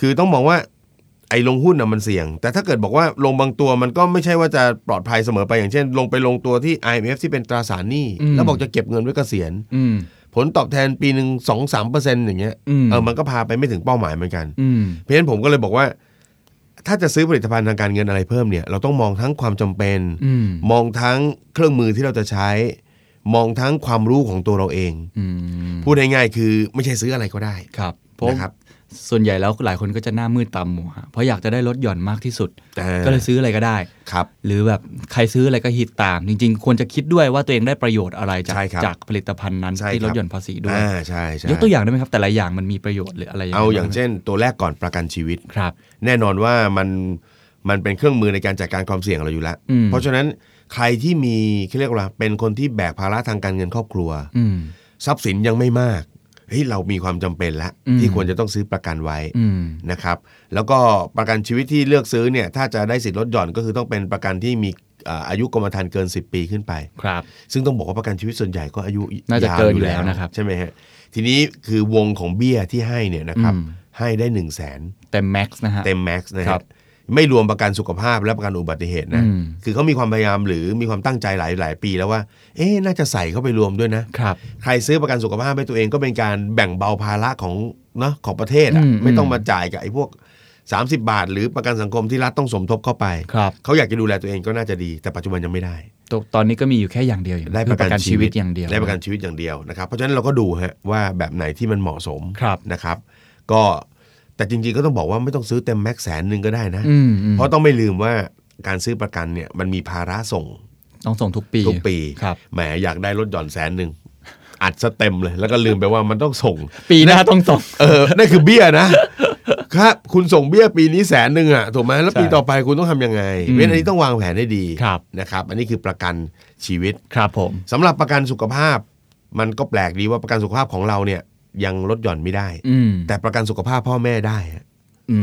Speaker 4: คือต้องมองว่าไอ้ลงหุ้นน่ะมันเสี่ยง แต่ถ้าเกิดบอกว่าลงบางตัวมันก็ไม่ใช่ว่าจะปลอดภัยเสมอไปอย่างเช่น ลงไปลงตัวที่ IMF ที่เป็นตราสารหนี้
Speaker 3: อืม
Speaker 4: แล้วบอกจะเก็บเงินไว้เกษียณ
Speaker 3: อืม
Speaker 4: ผลตอบแทนปีหนึ่งสองสามเปอร์เซ็นต์อย่างเงี้ย
Speaker 3: อืม
Speaker 4: เออมันก็พาไปไม่ถึงเป้าหมายเหมือนกัน
Speaker 3: อืม
Speaker 4: เพราะฉะนั้นผมก็เลยบอกว่า ถ้าจะซื้อผลิตภัณฑ์ทางการเงินอะไรเพิ่มเนี่ย เราต้องมองทั้งความจำเป็น
Speaker 3: อืม
Speaker 4: มองทั้งเครื่องมือที่เราจะใช้ มองทั้งความรู้ของตัวเราเอง
Speaker 3: อืม
Speaker 4: พูดง่ายๆคือไม่ใช่ซื้ออะไรก็ได้
Speaker 3: ครับเพราะ
Speaker 4: นะครับ
Speaker 3: ส่วนใหญ่แล้วหลายคนก็จะหน้ามืดตามหมัวเพราะอยากจะได้ลดหย่อนมากที่สุด
Speaker 4: แต่
Speaker 3: ก็เลยซื้ออะไรก็ได้
Speaker 4: ครับ
Speaker 3: หรือแบบใครซื้ออะไรก็ฮิตตาม จริงๆ ควรจะคิดด้วยว่าตัวเองได้ประโยชน์อะไรจาก
Speaker 4: ใช่ครับ
Speaker 3: จากผลิตภัณฑ์นั้น
Speaker 4: ใช่
Speaker 3: ที่ลด
Speaker 4: ครับ
Speaker 3: หย่อนภาษีด้วย
Speaker 4: อ่าใช่ใช่
Speaker 3: ยกตัวอย่างได้ไหมครับ แต่ละอย่างมันมีประโยชน์หรืออะไร
Speaker 4: เอาอย่าง
Speaker 3: ไร
Speaker 4: เช่น ตัวแรกก่อนประกันชีวิต
Speaker 3: ครับ
Speaker 4: แน่นอนว่ามันมันเป็นเครื่องมือในการจัดการความเสี่ยงเราอยู่แล้ว
Speaker 3: อืม
Speaker 4: เพราะฉะนั้นใครที่มีเขาเรียกว่าเป็นคนที่แบกภาระทางการเงินครอบครัว
Speaker 3: อืม
Speaker 4: ทรัพย์สินยังไม่มากเฮ้ยเรามีความจำเป็นแล้ว
Speaker 3: อืม
Speaker 4: ที่ควรจะต้องซื้อประกันไว้
Speaker 3: อืม
Speaker 4: นะครับ แล้วก็ประกันชีวิตที่เลือกซื้อเนี่ยถ้าจะได้สิทธิ์ลดหย่อนก็คือต้องเป็นประกันที่มีอ่าอายุกรมธรรม์เกิน 10 ปีขึ้นไป
Speaker 3: ครับ
Speaker 4: ซึ่งต้องบอกว่าประกันชีวิตส่วนใหญ่ก็อายุ
Speaker 3: น่าจะ
Speaker 4: ย
Speaker 3: เกินอยู่แล้วนะครับ
Speaker 4: ใช่ไหมฮะทีนี้คือวงของเบี้ยที่ให้เนี่ยนะครับ
Speaker 3: อืม
Speaker 4: ให้ได้ 1 0 0 0 0แสน
Speaker 3: เต็มแม็กซ์นะฮะ
Speaker 4: เต็มแม็กซ์นะค
Speaker 3: ครั
Speaker 4: รับบ ไม่รวมประกันสุขภาพและประกันอุบัติเหตุนะ
Speaker 3: อืม
Speaker 4: คือเขามีความพยายามหรือมีความตั้งใจหลายหลายปีแล้วว่า เอ๊ะน่าจะใส่เข้าไปรวมด้วยนะ
Speaker 3: ครับ
Speaker 4: ใครซื้อประกันสุขภาพให้ตัวเองก็เป็นการแบ่งเบาภาระของเนาะของประเทศอะ
Speaker 3: อืม
Speaker 4: ไม่ต้องมาจ่ายกับไอ้พวก 30 บาท หรือประกันสังคมที่รัฐต้องสมทบเข้าไป
Speaker 3: ครับ
Speaker 4: เขาอยากจะดูแลตัวเองก็น่าจะดี แต่ปัจจุบันยังไม่ได้
Speaker 3: ตตอนนี้ก็มีอยู่แค่อย่างเดียวอยู่
Speaker 4: ได้
Speaker 3: คือประกันชีวิตอย่างเดียว
Speaker 4: ได้ประกันชีวิตอย่างเดียวนะครับ เพราะฉะนั้นเราก็ดูฮะว่าแบบไหนที่มันเหมาะสม
Speaker 3: ครับ
Speaker 4: นะครับ ก็แต่จริงๆก็ต้องบอกว่าไม่ต้องซื้อเต็มแม็กซ์แสนหนึ่งก็ได้นะ
Speaker 3: อืมอืม
Speaker 4: เพราะต้องไม่ลืมว่าการซื้อประกันเนี่ยมันมีภาระส่ง
Speaker 3: ต้องส่งทุกปี
Speaker 4: ทุกปี
Speaker 3: ครับ
Speaker 4: แหมอยากได้ลดหย่อนแสนหนึ่งอัดสเต็มเลย แล้วก็ลืมไปว่ามันต้องส่ง
Speaker 3: ปีหน้าต้องส่ง
Speaker 4: เออนั่นคือเบี้ยนะครับ คุณส่งเบี้ยปีนี้แสนหนึ่งอะถูกไหมแล้วปี
Speaker 3: ใช่
Speaker 4: ต่อไปคุณต้องทำยังไง
Speaker 3: อืม
Speaker 4: เพราะฉะนั้นอันนี้ต้องวางแผนให้ดี
Speaker 3: ครับ
Speaker 4: นะครับ อันนี้คือประกันชีวิต
Speaker 3: ครับผม
Speaker 4: สำหรับประกันสุขภาพ มันก็แปลกดีว่าประกันสุขภาพของเราเนี่ยยังลดหย่อนไม่ได้
Speaker 3: อืม
Speaker 4: แต่ประกันสุขภาพพ่อแม่ได้ฮะ
Speaker 3: อื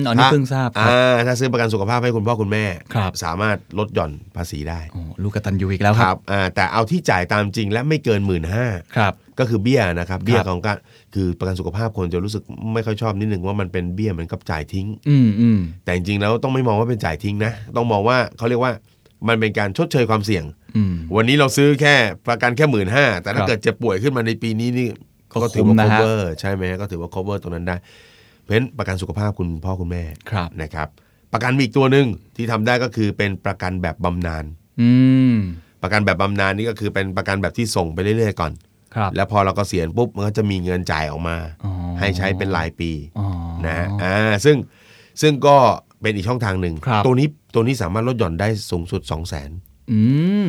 Speaker 3: มอันนี้เพิ่งทราบครับ
Speaker 4: อ่าถ้าซื้อประกันสุขภาพให้คุณพ่อคุณแม่
Speaker 3: ครับ
Speaker 4: สามารถลดหย่อนภาษีได้
Speaker 3: โอ้ลูกกตันยูอีกแล้วครับ
Speaker 4: อ่าแต่เอาที่จ่ายตามจริงและไม่เกินหมื่นห้า
Speaker 3: ครับ
Speaker 4: ก็คือเบี้ยนะครับเบี้ย
Speaker 3: ครับ
Speaker 4: ของการคือประกันสุขภาพคนจะรู้สึกไม่ค่อยชอบนิดนึงว่ามันเป็นเบี้ยเหมือนกับจ่ายทิ้ง
Speaker 3: อืมอืม
Speaker 4: แต่จริงๆแล้วต้องไม่มองว่าเป็นจ่ายทิ้งนะ ต้องมองว่าเขาเรียกว่ามันเป็นการชดเชยความเสี่ยง
Speaker 3: อืม
Speaker 4: วันนี้เราซื้อแค่ประกันแค่หมื่นห้าแต่
Speaker 3: ค
Speaker 4: ถ้า
Speaker 3: รับ
Speaker 4: เกิดเจ็บป่วยขึ้นมาในปีนี้นี่
Speaker 3: ก็
Speaker 4: ก็ถือ
Speaker 3: คุ้
Speaker 4: ว่า
Speaker 3: มนะฮะ
Speaker 4: cover ใช่ไหมก็ถือว่า cover ตรงนั้นได้ เพราะฉะนั้นประกันสุขภาพคุณพ่อคุณแม่
Speaker 3: ครับ
Speaker 4: นะครับประกันมีอีกตัวหนึ่งที่ทำได้ก็คือเป็นประกันแบบบำนาญ
Speaker 3: อืม
Speaker 4: ประกันแบบบำนาญนี่ก็คือเป็นประกันแบบที่ส่งไปเรื่อยๆก่อน
Speaker 3: ครับ
Speaker 4: แล้วพอเราก็เสียณปุ๊บมันก็จะมีเงินจ่ายออกมา
Speaker 3: อ๋อ
Speaker 4: ให้ใช้เป็นรายปี
Speaker 3: อ๋อ
Speaker 4: นะฮะอ่าซึ่งซึ่งก็เป็นอีกช่องทางหนึ่ง
Speaker 3: ครับ
Speaker 4: ตัวนี้ตัวนี้สามารถลดหย่อนได้สูงสุด 2 0 0 0 0น
Speaker 3: อืม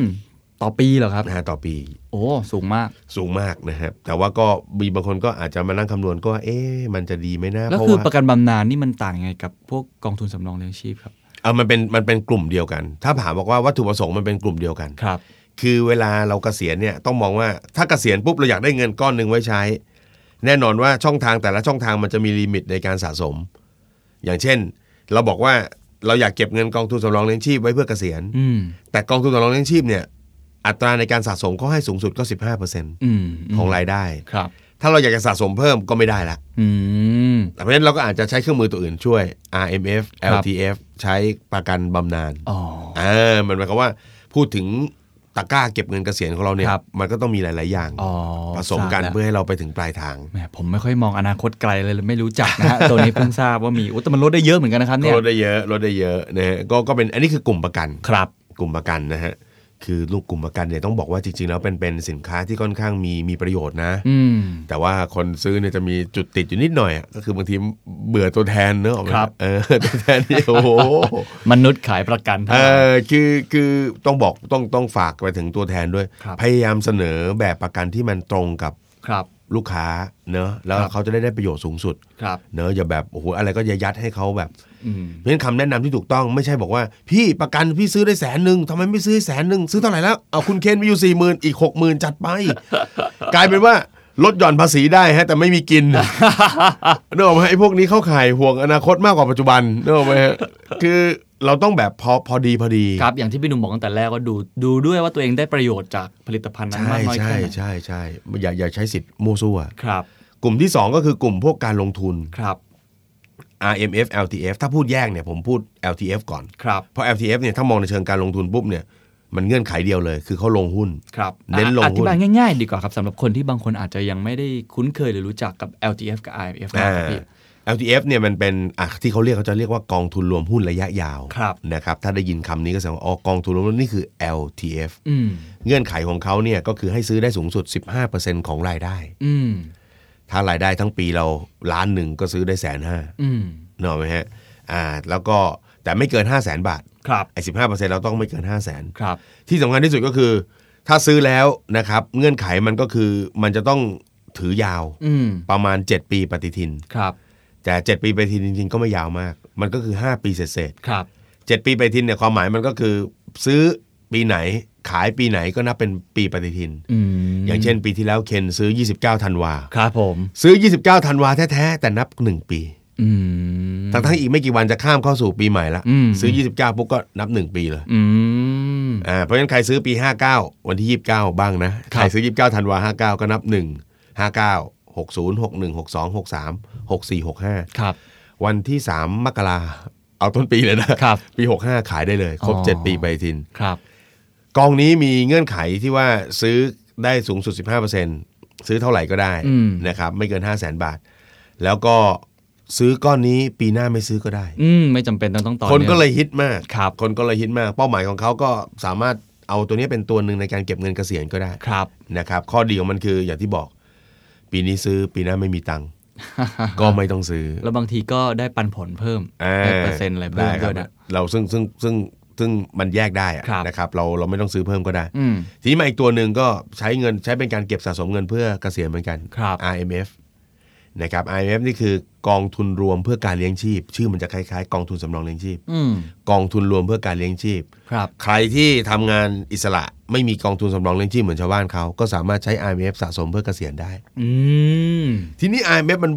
Speaker 3: ต่อปีเหรอครับ
Speaker 4: นะฮะต่อปี
Speaker 3: โอ้ สูงมาก
Speaker 4: สูงมากนะครับแต่ว่าก็มีบางคนก็อาจจะมานั่งคำนวณก็ว่าเอ๊ะมันจะดีไหมนะ
Speaker 3: แล้ว
Speaker 4: เพราะ
Speaker 3: คือ
Speaker 4: ว่า
Speaker 3: ประกันบำนาญนี่มันต่างยังไงกับพวกกองทุนสำรองเลี้ยงชีพครับ
Speaker 4: เออมันเป็นมันเป็นกลุ่มเดียวกัน ถ้าถามบอกว่าวัตถุประสงค์มันเป็นกลุ่มเดียวกัน
Speaker 3: ครับ
Speaker 4: คือเวลาเราเกษียณเนี่ยต้องมองว่าถ้าเกษียณปุ๊บเราอยากได้เงินก้อนหนึ่งไว้ใช้ แน่นอนว่าช่องทางแต่ละช่องทางมันจะมีลิมิตในการสะสม อย่างเช่น เราบอกว่าเราอยากเก็บเงินกองทุนสำรองเลี้ยงชีพไว้เพื่อเกษียณ
Speaker 3: อืม
Speaker 4: แต่กองทุนสำรองเลี้ยงชีพเนี่ยอัตราในการสะสมเขาให้สูงสุดก็
Speaker 3: อืม
Speaker 4: 15%ของรายได้
Speaker 3: ครับ
Speaker 4: เพ ถ้าเราอยากจะสะสมเพิ่มก็ไม่ได้ละ
Speaker 3: อืม
Speaker 4: แต่เพราะฉะนั้นเราก็อาจจะใช้เครื่องมือตัวอื่นช่วย RMF
Speaker 3: ครับ
Speaker 4: LTF ใช้ประกันบำนาญ
Speaker 3: อ๋อ
Speaker 4: เออมันหมายความว่าพูดถึงตะกร้าเก็บเงินเกษียณของเราเนี่ย
Speaker 3: ครับ
Speaker 4: มันก็ต้องมีหลาย ๆ อย่าง
Speaker 3: อ๋อ
Speaker 4: ผสมกัน
Speaker 3: ทราบแล้ว
Speaker 4: เพื่อให้เราไปถึงปลายทาง
Speaker 3: แหมผมไม่ค่อยมองอนาคตไกลเลยเลยไม่รู้จักนะฮะ ตัวนี้เพิ่งทราบว่ามีอุยแตมันลดได้เยอะเหมือนกันนะครับเนี่ย
Speaker 4: ลดได้เยอะลดได้เยอะนะฮะก็ก็เป็นอันนี้คือกลุ่มประกัน
Speaker 3: ครับ
Speaker 4: กลุ่มประกันนะฮะ คือลูกกลุ่มประกันเนี่ยต้องบอกว่าจริง ๆ แล้วเป็นเป็นสินค้าที่ค่อนข้างมีมีประโยชน์นะ
Speaker 3: อืม
Speaker 4: แต่ว่าคนซื้อเนี่ยจะมีจุดติดอยู่นิดหน่อยอะก็คือบางทีเบื่อตัวแทนเนอะออกไหม
Speaker 3: ครับ
Speaker 4: เออ <laughs> ตัวแทนเนี่ยโอ้โห
Speaker 3: <laughs> มนุษย์ขายประกันทั้ง
Speaker 4: เอ
Speaker 3: หลาย
Speaker 4: อคือคือต้องบอกต้องต้องฝากไปถึงตัวแทนด้วย
Speaker 3: ครับ
Speaker 4: พยายามเสนอแบบประกันที่มันตรงกับ
Speaker 3: ครับ
Speaker 4: ลูกค้าเนอะแล้ว
Speaker 3: ครับ
Speaker 4: เขาจะได้ได้ประโยชน์สูงสุด
Speaker 3: ครับ
Speaker 4: เนอะอย่าแบบโอ้โหอะไรก็อย่ายัดให้เขาแบบ
Speaker 3: อืม
Speaker 4: เพราะฉะนั้นคำแนะนำที่ถูกต้องไม่ใช่บอกว่า พี่ประกันพี่ซื้อได้แสนหนึ่งทำไมไม่ซื้อให้แสนหนึ่งซื้อเท่าไหร่แล้วเอาคุณเคนมีอยู่สี่หมื่นอีกหกหมื่นจัดไป กลายเป็นว่าลดหย่อนภาษีได้ฮะแต่ไม่มีกิน เนกอะไหมไอ้พวกนี้เข้าข่ายห่วงอนาคตมากกว่าปัจจุบันเนกอะไหมฮะคือเราต้องแบบพอพอดีพอดี
Speaker 3: ครับ อย่างที่พี่หนุ่มบอกตั้งแต่แรกว่าดูดูด้วยว่าตัวเองได้ประโยชน์จากผลิตภัณฑ์นั้น
Speaker 4: ใช่
Speaker 3: มากน้อย
Speaker 4: ใช่
Speaker 3: แค่ไหน
Speaker 4: ใช่ใช่อย่าอย่าใช้สิทธิ์มั่วซั่ว
Speaker 3: ครับ
Speaker 4: กลุ่มที่ 2 ก็คือกลุ่มพวกการลงทุน
Speaker 3: ครับ
Speaker 4: RMF LTF ถ้าพูดแยกเนี่ยผมพูด LTF ก่อน
Speaker 3: ครับ
Speaker 4: เพราะ LTF เนี่ยถ้ามองในเชิงการลงทุนปุ๊บเนี่ยมันเงื่อนไขเดียวเลย คือเขาลงหุ้น
Speaker 3: ครับ
Speaker 4: เน้นลงหุ้น
Speaker 3: อธิบายง่ายๆ ดีกว่าครับสำหรับคนที่บางคนอาจจะยังไม่ได้คุ้นเคยหรือรู้จักกับ LTF กับ IMF นะค
Speaker 4: อ่า
Speaker 3: รับพี่
Speaker 4: LTF เนี่ยมันเป็นอ่ะที่เขาเรียกเขาจะเรียกว่ากองทุนรวมหุ้นระยะยาว
Speaker 3: ครับ
Speaker 4: นะครับถ้าได้ยินคำนี้ก็แสดงว่าอ๋อกองทุนรวมหุ้นนี่คือ LTF
Speaker 3: อืม
Speaker 4: เงื่อนไขของเขาเนี่ยก็คือให้ซื้อได้สูงสุด 15%ของรายได้
Speaker 3: อืม
Speaker 4: ถ้ารายได้ทั้งปีเราล้านหนึ่งก็ซื้อได้แสนห้า
Speaker 3: อืม
Speaker 4: เนกอะไหมฮะ อ่า แล้วก็แต่ไม่เกิน 5 0 0แสนบาท
Speaker 3: ครับ
Speaker 4: ไอ้สิบห้าเปอร์เซ็นต์เราต้องไม่เกิน 5 0 0แสน
Speaker 3: ครับ
Speaker 4: ที่สำคัญที่สุดก็คือ ถ้าซื้อแล้วนะครับ เงื่อนไขมันก็คือมันจะต้องถือยาว
Speaker 3: อืม
Speaker 4: ประมาณ 7 ปีปฏิทิน
Speaker 3: ครับ
Speaker 4: แต่ 7 ปีปฏิทินจริงๆก็ไม่ยาวมาก มันก็คือ 5 ปีเศษ
Speaker 3: ครับ
Speaker 4: ๆเจ็ดปีปฏิทินเนี่ยความหมายมันก็คือซื้อปีไหนขายปีไหนก็นับเป็นปีปฏิทิน
Speaker 3: อืม
Speaker 4: อย่างเช่น ปีที่แล้วเคนซื้อ 29ธันวา
Speaker 3: ครับผม
Speaker 4: ซื้อ 29ธันวาแท้ๆแต่นับหนึ่งปี
Speaker 3: อืม
Speaker 4: ทั้งทั้งๆอีกไม่กี่วันจะข้ามเข้าสู่ปีใหม่ละ
Speaker 3: อืม
Speaker 4: ซื้อ 29 ปุ๊บก็นับ 1 ปีเลย
Speaker 3: อืม
Speaker 4: อ่าเพราะฉะนั้นใครซื้อปี 59 วันที่ 29 บ้างนะ
Speaker 3: ครับ
Speaker 4: ใครซื้อ 29ธันวา59 ก็นับ 1 59 60 61 62 63 64 65
Speaker 3: ครับ
Speaker 4: วันที่ 3 มกราเอาต้นปีเลยนะครับ ปี 65 ขายได้เลย ครบ
Speaker 3: อ๋อ
Speaker 4: 7 ปีไปทิน
Speaker 3: ครับ
Speaker 4: กองนี้มีเงื่อนไขที่ว่าซื้อได้สูงสุด 15%ซื้อเท่าไหร่ก็ได้
Speaker 3: อืม
Speaker 4: นะครับไม่เกิน 5 0 0 0 0 0 บาท แล้วก็ซื้อก้อนนี้ปีหน้าไม่ซื้อก็ได้
Speaker 3: อืม ไม่จำเป็นต้องต้องต่อ
Speaker 4: คนก็
Speaker 3: อง
Speaker 4: เลยฮิตมาก
Speaker 3: ครับ
Speaker 4: คนก็เลยฮิตมาก เป้าหมายของเขาก็สามารถเอาตัวนี้เป็นตัวหนึ่งในการเก็บเงินเกษียณก็ได้
Speaker 3: ครับ <laughs>
Speaker 4: นะครับ ข้อดีของมันคืออย่างที่บอก ปีนี้ซื้อปีหน้าไม่มีตังค์ ก็ไม่ต้องซื้อ
Speaker 3: แล้วบางทีก็ได้ปันผลเพิ่ม
Speaker 4: า
Speaker 3: ได้เปอร์เซ็นต์อะไรเพิ่ม
Speaker 4: ด้ค
Speaker 3: ด้
Speaker 4: รั
Speaker 3: ว
Speaker 4: บ
Speaker 3: ยนะ
Speaker 4: เราซึ่งซึ่งซึ่งซึ่งมันแยกได้อะ
Speaker 3: ครับ
Speaker 4: นะครับ เราเราไม่ต้องซื้อเพิ่มก็ได้
Speaker 3: อืม
Speaker 4: ทีนี้มาอีกตัวหนึ่งก็ใช้เงินใช้เป็นการเก็บสะสมเงินเพื่อเกษียณเหมือนกัน
Speaker 3: ครับ
Speaker 4: IMF นะครับ IMF นี่คือกองทุนรวมเพื่อการเลี้ยงชีพ ชื่อมันจะคล้ายๆ กองทุนสำรองเลี้ยงชีพ
Speaker 3: อืม
Speaker 4: กองทุนรวมเพื่อการเลี้ยงชีพ
Speaker 3: ครับ
Speaker 4: ใครที่ทำงานอิสระไม่มีกองทุนสำรองเลี้ยงชีพเหมือนชาวบ้านเขาก็สามารถใช้ IMF สะสมเพื่อเกษียณได้
Speaker 3: อืม
Speaker 4: ทีนี้ IMF มัน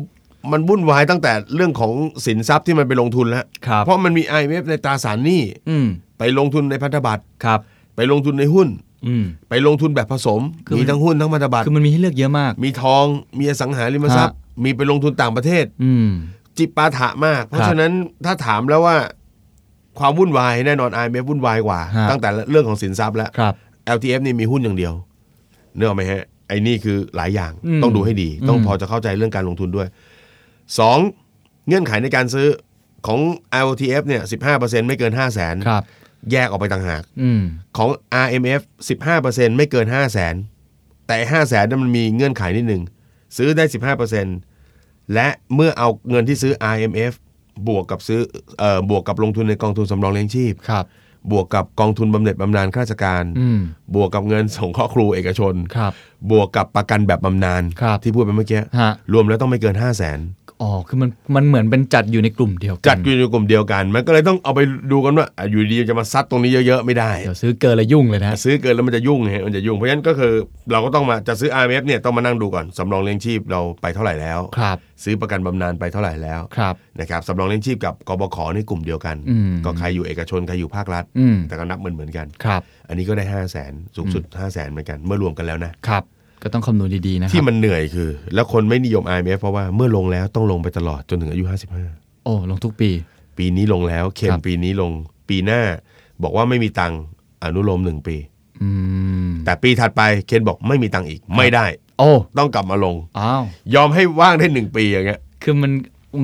Speaker 4: มันวุ่นวายตั้งแต่เรื่องของสินทรัพย์ที่มันไปลงทุนแล้ว
Speaker 3: ครับ
Speaker 4: เพราะมันมี IMF ในตราสารหนี้
Speaker 3: อืม
Speaker 4: ไปลงทุนในพันธบัตร
Speaker 3: ครับ
Speaker 4: ไปลงทุนในหุ้น
Speaker 3: อืม
Speaker 4: ไปลงทุนแบบผสม
Speaker 3: คือมัน
Speaker 4: มีทั้งหุ้นทั้งพันธบัตร
Speaker 3: คือมันมีให้เลือกเยอะมาก
Speaker 4: มีทองมีอสังหาริมทรัพย์ มีไปลงทุนต่างประเทศ
Speaker 3: อืม
Speaker 4: จิปาถะมาก
Speaker 3: ค
Speaker 4: เพราะ
Speaker 3: รับ
Speaker 4: ฉะนั้นถ้าถามแล้วว่าความวุ่นวายแน่นอน IMF วุ่นวายกว่า
Speaker 3: ฮะ
Speaker 4: ตั้งแต่เรื่องของสินทรัพย์แล้ว
Speaker 3: ครับ
Speaker 4: LTF นี่มีหุ้นอย่างเดียวเนื้ออกไหมฮะ ไอ้นี่คือหลายอย่าง
Speaker 3: อืม
Speaker 4: ต้องดูให้ดี ต้อง
Speaker 3: อืม
Speaker 4: พอจะเข้าใจเรื่องการลงทุนด้วย 2. เงื่อนไขในการซื้อของ LTF เนี่ย15%ไม่เกิน 5 0 0 0 0
Speaker 3: ครับ
Speaker 4: 0แยกออกไปต่างหาก
Speaker 3: อืม
Speaker 4: ของ RMF 15%ไม่เกิน 5 0 0 0 0 0 แต่5 0 0 0 0นั้นมันมีเงื่อนไขนิดหนึ่งซื้อได้ 15%และเมื่อเอาเงินที่ซื้อ RMF บวกกับซื้อเอ่อบวกกับลงทุนในกองทุนสำรองเลี้ยงชีพ
Speaker 3: ครับ
Speaker 4: บวกกับกองทุนบำเหน็จบำนาญข้าราชการ
Speaker 3: อืม
Speaker 4: บวกกับเงิน <laughs> สงเคราะห์ครูเอกชน
Speaker 3: ครับ
Speaker 4: บวกกับประกันแบบบำนาญ
Speaker 3: ครับ
Speaker 4: ที่พูดไปเมื่อกี้
Speaker 3: ฮะ
Speaker 4: รวมแล้วต้องไม่เกิน 5 0 0แสน
Speaker 3: อ๋อ คือมัน มันเหมือนเป็นจัดอยู่ในกลุ่มเดียวกัน
Speaker 4: จัดอยู่ในกลุ่มเดียวกัน มันก็เลยต้องเอาไปดูกันว่าอ่ะอยู่ดีจะมาซัดตรงนี้เยอะๆ ไม่ได้
Speaker 3: เดี๋ยวซื้อเกินและยุ่งเลยนะ
Speaker 4: ซื้อเกินแล้วมันจะยุ่งไงมันจะยุ่ง เพราะฉะนั้นก็คือเราก็ต้องมาจะซื้อ RMF เนี่ยต้องมานั่งดูก่อนสำรองเลี้ยงชีพเราไปเท่าไหร่แล้ว
Speaker 3: ครับ
Speaker 4: ซื้อประกันบำนาญไปเท่าไหร่แล้ว
Speaker 3: ครับ
Speaker 4: นะครับสำรองเลี้ยงชีพกับกบขในกลุ่มเดียวกัน
Speaker 3: อืม
Speaker 4: ก็ใครอยู่เอกชนใครอยู่ภาครัฐ
Speaker 3: อืม
Speaker 4: แต่ก็นับเหมือนเหมือนๆกัน
Speaker 3: ครับ
Speaker 4: อันนี้ก็ได้ 5 0 0แสนสูงสุด 5 0 0แสนเหมือนกันเมื่อรวมกันแล้วนะ
Speaker 3: ครับ ก็ต้องคำนวณดีๆนะค
Speaker 4: ที่
Speaker 3: รับ
Speaker 4: มันเหนื่อยคือ แล้วคนไม่นิยม IMF เพราะว่าเมื่อลงแล้วต้องลงไปตลอดจนถึงอายุ
Speaker 3: โอ้ลงทุกปี
Speaker 4: 55 ปีนี้ลงแล้วเข็
Speaker 3: ค
Speaker 4: ม
Speaker 3: รับ
Speaker 4: ปีนี้ลง ปีหน้า บอกว่าไม่มีตังค์อนุโลมหนึ่งปี
Speaker 3: อืม
Speaker 4: แต่ปีถัดไปเคนบอกไม่มีตังค์อีก ไม่ได้
Speaker 3: โอ้
Speaker 4: ต้องกลับมาลง
Speaker 3: อ้าว
Speaker 4: ยอมให้ว่างได้หนึ่งปีอย่างเงี้ย
Speaker 3: คือมัน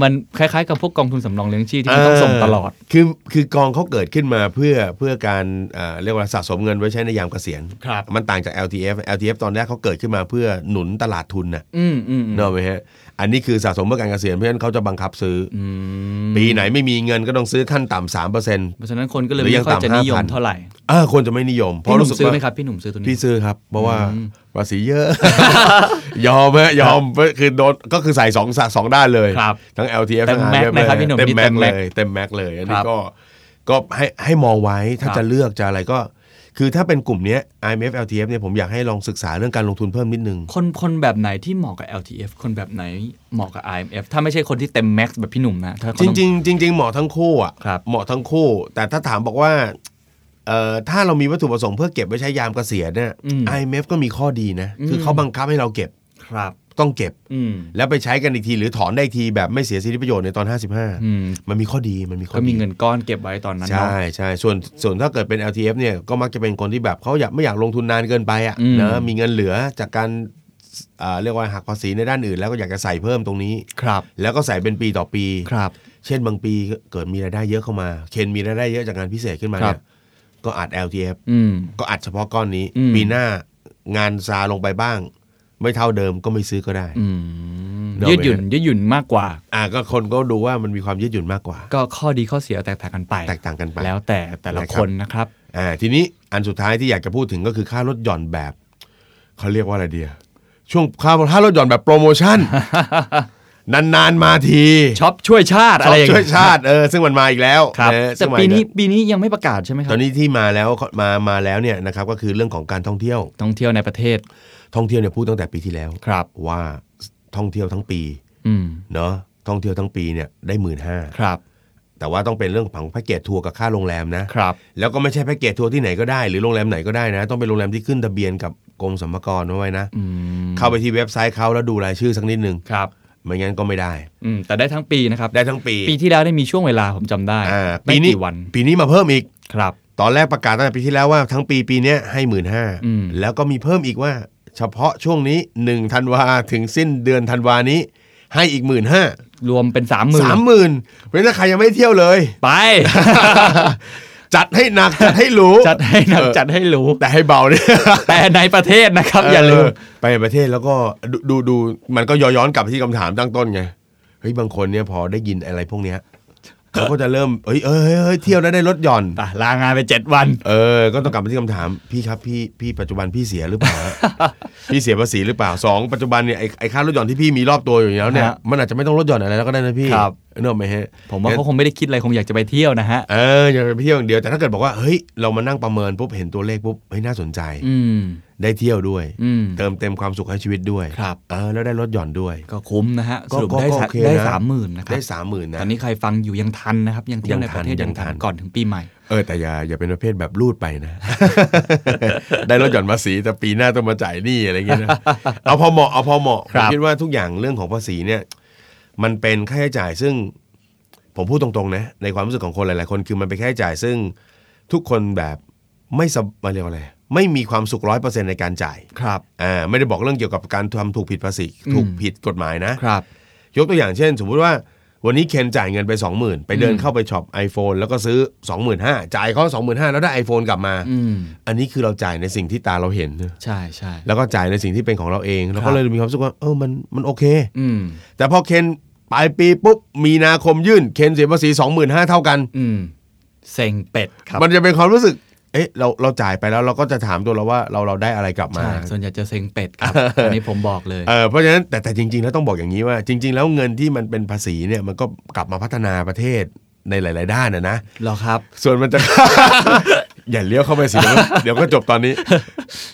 Speaker 3: มันคล้ายๆกับพวกกองทุนสำรองเลี้ยงชีพที่มันต้องส่งตลอด
Speaker 4: คือคือกองเขาเกิดขึ้นมาเพื่อเพื่อการอ่าเรียกว่าสะสมเงินไว้ใช้ในยามเกษียณ
Speaker 3: ครับ
Speaker 4: มันต่างจาก LTF LTF ตอนแรกเขาเกิดขึ้นมาเพื่อหนุนตลาดทุนน่ะ
Speaker 3: อืมอืมอืม
Speaker 4: เนกอะไหมฮะอันนี้คือสะสมเพื่อการเกษียณเพราะฉะนั้นเขาจะบังคับซื้ออ
Speaker 3: อืม
Speaker 4: ปีไหนไม่มีเงินก็ต้องซื้อขั้นต่ำสามเปอร์เซ็นต์
Speaker 3: เพราะฉะนั้นคนก็เลย
Speaker 4: หรือยั
Speaker 3: ไม่
Speaker 4: ง
Speaker 3: ค่อยจะ
Speaker 4: ต่ำ
Speaker 3: นิยม
Speaker 4: 5,000
Speaker 3: เท่าไหร่
Speaker 4: อ่าคนจะไม่นิยมเพ
Speaker 3: พี่
Speaker 4: ราะ
Speaker 3: หนุ่ม
Speaker 4: รู้สึก
Speaker 3: ซื้อ
Speaker 4: ว่า
Speaker 3: ไหมครับพี่หนุ่มซื้อตัวนี้
Speaker 4: พี่ซื้อครับ เพราะว่าภาษีเยอะ <laughs> ยอมฮะยอมคือโดนก็คือใส่สองสะสองด้านเลย
Speaker 3: ครับ
Speaker 4: ทั้ง LTF
Speaker 3: เต็ม
Speaker 4: ทั้ง
Speaker 3: แม็กซ์
Speaker 4: RTF
Speaker 3: นะครับพี่หนุ่ม
Speaker 4: เต็ม
Speaker 3: นี่
Speaker 4: แม็กซ์
Speaker 3: เต็มแม็
Speaker 4: เล
Speaker 3: กซ์
Speaker 4: ยเต็มแม็กซ์เลยอัน
Speaker 3: ค
Speaker 4: นี้
Speaker 3: รับ
Speaker 4: ก็ก็ให้ให้มองไว้ถ้า
Speaker 3: ครับ
Speaker 4: จะเลือกจะอะไรก็ คือถ้าเป็นกลุ่มเนี้ย IMF LTF เนี่ยผมอยากให้ลองศึกษาเรื่องการลงทุนเพิ่มนิดนึง
Speaker 3: คนคนแบบไหนที่เหมาะกับ LTF คนแบบไหนเหมาะกับ IMF ถ้าไม่ใช่คนที่เต็มแม็กซ์แบบพี่หนุ่มนะถ้าเขา
Speaker 4: จ
Speaker 3: ต้อ
Speaker 4: ริงๆจริงๆเหมาะทั้งคู่อ่ะ
Speaker 3: ครับ
Speaker 4: เหมาะทั้งคู่ แต่ถ้าถามบอกว่าเอ่อถ้าเรามีวัตถุประสงค์เพื่อเก็บไว้ใช้ยามเกษียณเนี่ย
Speaker 3: อืม
Speaker 4: IMF ก็มีข้อดีนะ คือเขาบังคับให้เราเก็บ
Speaker 3: ครับ
Speaker 4: ต้องเก็บ
Speaker 3: อืม
Speaker 4: แล้วไปใช้กันอีกทีหรือถอนได้อีกทีแบบไม่เสียสิทธิประโยชน์ในตอน
Speaker 3: อืม
Speaker 4: 55 มันมีข้อดีมันมีข้อ
Speaker 3: ก็
Speaker 4: ดี
Speaker 3: มีเงินก้อนเก็บไว้ตอนนั้นเนาะ
Speaker 4: ใช่ใช่ส่วนส่วนถ้าเกิดเป็น LTF เนี่ยก็มักจะเป็นคนที่แบบเขาอยากไม่อยากลงทุนนานเกินไปอ่ะ
Speaker 3: อืม
Speaker 4: นะมีเงินเหลือจากการอ่าเรียกว่าหักภาษีในด้านอื่น แล้วก็อยากจะใส่เพิ่มตรงนี้
Speaker 3: ครับ
Speaker 4: แล้วก็ใส่เป็นปีต่อปี
Speaker 3: ครับ
Speaker 4: เช่นบางปีเกิดมีรายได้เยอะเข้ามา เคนมีรายได้เยอะจากงานพิเศษขึ้นมา
Speaker 3: ครับ
Speaker 4: เนี่ยก็อัด LTF
Speaker 3: อืม
Speaker 4: ก็อัดเฉพาะก้อนนี้
Speaker 3: อืม
Speaker 4: ปีหน้างานซาลงไปบ้าง ไม่เท่าเดิมก็ไม่ซื้อก็ได้
Speaker 3: อืม
Speaker 4: เดา
Speaker 3: ยืดหยุ่น
Speaker 4: ไปนะ
Speaker 3: ยืดหยุ่นมากกว่า
Speaker 4: อ่าก็คนก็ดูว่ามันมีความยืดหยุ่นมากกว่า
Speaker 3: ก็ข้อดีข้อเสียแตกต่างกันไป
Speaker 4: แตกต่างกันไป
Speaker 3: แล้วแต่แต่ละ
Speaker 4: นะครับ
Speaker 3: คนนะครับ
Speaker 4: อ่าทีนี้อันสุดท้ายที่อยากจะพูดถึงก็คือค่าลดหย่อนแบบ เขาเรียกว่าอะไรเดียช่วงค่าค่าลดหย่อนแบบโปรโม
Speaker 3: <laughs>
Speaker 4: ชั่น นานๆมาที
Speaker 3: ช็อปช่วยชาติอะไรอย่าง
Speaker 4: ช่ว
Speaker 3: เงี้
Speaker 4: ยชาติเออซึ่งมันมาอีกแล้ว
Speaker 3: ครับ
Speaker 4: เออ
Speaker 3: แต่
Speaker 4: ซึ่งมา
Speaker 3: ปี
Speaker 4: อีกแล้ว
Speaker 3: นี้ปีนี้ยังไม่ประกาศใช่ไหมค
Speaker 4: ต
Speaker 3: รั
Speaker 4: อบ นนี้ที่มาแล้วมามาแล้วเนี่ยนะครับก็คือเรื่องของการท่องเที่ยว
Speaker 3: ท่องเที่ยวในประเทศ
Speaker 4: ท่องเที่ยวเนี่ยพูดตั้งแต่ปีที่แล้ว
Speaker 3: ครับ
Speaker 4: ว่าท่องเที่ยวทั้งปี
Speaker 3: อืม
Speaker 4: เนาะท่องเที่ยวทั้งปีเนี่ยได้หมื่นห้า
Speaker 3: ครับ
Speaker 4: แต่ว่าต้องเป็นเรื่องของแพ็กเกจทัวร์กับค่าโรงแรมนะครับ แล้วก็ไม่ใช่แพ็กเกจทัวร์ที่ไหนก็ได้หรือโรงแรมไหนก็ได้นะ ต้องเป็นโรงแรมที่ขึ้นทะเบียนกับกรมสรรพากรเอาไว้นะ
Speaker 3: อืม
Speaker 4: เข้าไปที่เว็บไซต์เขาแล้วดูรายชื่อสักนิดนึง
Speaker 3: ครับ
Speaker 4: ไม่งั้นก็ไม่ได้
Speaker 3: อืมแต่ได้ทั้งปีนะครับ
Speaker 4: ได้ทั้งปี
Speaker 3: ปีที่แล้วได้มีช่วงเวลาผมจำได้
Speaker 4: อ่า
Speaker 3: ไม่
Speaker 4: ปีนี้
Speaker 3: กี่วัน
Speaker 4: ปีนี้มาเพิ่มอีก
Speaker 3: ครับ
Speaker 4: ตอนแรกประกาศตั้งแต่ปีที่แล้วว่าทั้งปีปีเนี้ยให้หมื่นห้า
Speaker 3: อืม
Speaker 4: แล้วก็มีเพิ่มอีกว่า เฉพาะช่วงนี้หนึ่งธันวาถึงสิ้นเดือนธันวานี้ ให้อีกหมื่นห้าร
Speaker 3: วมเป็นสามหมื่น
Speaker 4: สามหมื่นเพราะฉะนั้นใครยังไม่เที่ยว
Speaker 3: <laughs>
Speaker 4: เลย
Speaker 3: ไป
Speaker 4: จัดให้หนัก จัดให้หรู
Speaker 3: จัดให้หนัก
Speaker 4: เออ
Speaker 3: จัดให้หรู
Speaker 4: แต่ให้เบา
Speaker 3: <laughs>
Speaker 4: เนี่ย
Speaker 3: แต่ในประเทศนะครับอย่าลื
Speaker 4: เ
Speaker 3: ม
Speaker 4: ไปประเทศแล้วก็ดูดูดูมันก็ย้อนกลับไปที่คำถามตั้งต้นไงเฮ้ยบางคนเนี่ยพอได้ยินอะไรพวกเนี้ยเขาก็จะเริ่มเอ้ยเอ้ยเอ้ยเอ้ยเที่ยวแล้วได้ลดหย่อน
Speaker 3: อ่ะลางานไปเจ็ดวัน
Speaker 4: เออ ก็ต้องกลับมาที่คำถาม พี่ครับพี่พี่ปัจจุบันพี่เสียหรือเปล่า
Speaker 3: <laughs>
Speaker 4: ฮะ พี่เสียภาษีหรือเปล่าสองปัจจุบันเนี่ยไอ้ไอ้ค่ารถหย่อนที่พี่มีรอบตัวอยู่แล้วเนี่ย
Speaker 3: ฮะ
Speaker 4: มันอาจจะไม่ต้องลดหย่อนอะไรแล้วก็ได้นะพี่
Speaker 3: ครับ
Speaker 4: เนอะไหมฮะ
Speaker 3: ผมว่าเขาคงไม่ได้คิดอะไรคงอยากจะไปเที่ยวนะฮะ
Speaker 4: เอออย่าไปเที่ยวอย่างเดียวแต่ถ้าเกิดบอกว่าเฮ้ยเรามานั่งประเมินปุ๊บเห็นตัวเลขปุ๊บเฮ้ยน่าสนใจ
Speaker 3: อืม
Speaker 4: ได้เที่ยวด้วย
Speaker 3: อืม
Speaker 4: เติมเต็มความสุขให้ชีวิตด้วย
Speaker 3: ครับ
Speaker 4: เออแล้วได้ลดหย่อนด้วย
Speaker 3: ก็คุ้มนะฮะ
Speaker 4: ก็
Speaker 3: สรุปได้
Speaker 4: ก็
Speaker 3: สะ
Speaker 4: โอเค
Speaker 3: ได้
Speaker 4: นะ
Speaker 3: สามหมื่นนะครับ
Speaker 4: ได้สามหมื่นนะ
Speaker 3: ตอนนี้ใครฟังอยู่ยังทันนะครับ ยังเที่ยวใน
Speaker 4: ยังทั
Speaker 3: ป
Speaker 4: น
Speaker 3: ระเทศ
Speaker 4: ยั
Speaker 3: ยัง งทัน
Speaker 4: ทัน
Speaker 3: ก่อนถึงปีใหม่
Speaker 4: เออแต่อย่าอย่าเป็นประเภทแบบรูดไปนะ <laughs> ได้ลดหย่อนภาษีแต่ปีหน้าต้องมาจ่ายหนี้อะไรเงี้
Speaker 3: <laughs>
Speaker 4: ยนะ เอาพอเหมาะเอาพอเหมาะ
Speaker 3: ค
Speaker 4: ผ
Speaker 3: รั
Speaker 4: ม
Speaker 3: บ
Speaker 4: คิดว่าทุกอย่างเรื่องของภาษีเนี่ย มันเป็นค่าใช้จ่ายซึ่ง ผมพูดตรงๆนะในความรู้สึกของคนหลายๆคนคือมันเป็นค่าใช้จ่ายซึ่งทุกคนแบบไม่สบมายเรียกว่าอะไรไม่มีความสุขร้อยเปอร์เซ็นต์ในการจ่าย
Speaker 3: ครับ
Speaker 4: อ่าไม่ได้บอกเรื่องเกี่ยวกับการทำถูกผิดภาษีถูก
Speaker 3: อืม
Speaker 4: ผิดกฎหมายนะ
Speaker 3: ครับ
Speaker 4: ยกตัวอย่างเช่น สมมุติว่าวันนี้เคนจ่ายเงินไป 20,000 ไปเดิน
Speaker 3: อืม
Speaker 4: เข้าไปช็อป iPhone แล้วก็ซื้อ 25,000จ่ายเขา25,000 แล้วได้ iPhone กลับมา
Speaker 3: อืม
Speaker 4: อันนี้คือเราจ่ายในสิ่งที่ตาเราเห็น
Speaker 3: ใช่ใช่
Speaker 4: แล้วก็จ่ายในสิ่งที่เป็นของเราเอง แล้ว
Speaker 3: ครั
Speaker 4: ก็
Speaker 3: บ
Speaker 4: เลยมีความรู้สึกว่าเออมันมันโอเค
Speaker 3: อืม
Speaker 4: แต่พอเคนปลายปีปุ๊บ มีนาคมยื่นเคนเสียภาษี 25,000 เท่ากัน
Speaker 3: อืมเซ็งเป็ดครับ
Speaker 4: มันจะเป็นความรู้สึกเอ๊ะเราเราจ่ายไปแล้วเราก็จะถามตัวเราว่าเราเราได้อะไรกลับมา
Speaker 3: ใช่ส่วนใหญ่จะเซ็งเป็ดครับ อันนี้ผมบอกเลย
Speaker 4: เออเพราะฉะนั้นแต่แต่จริง ๆ แล้วต้องบอกอย่างนี้ว่า จริง ๆ แล้วเงินที่มันเป็นภาษีเนี่ยมันก็กลับมาพัฒนาประเทศในหลาย ๆ ด้านนะนะ
Speaker 3: เหรอครับ
Speaker 4: ส่วนมันจะ <laughs> อย่าเลี้ยวเข้าไปสิเดี๋ยวก็เดี๋ยวก็จบตอนนี้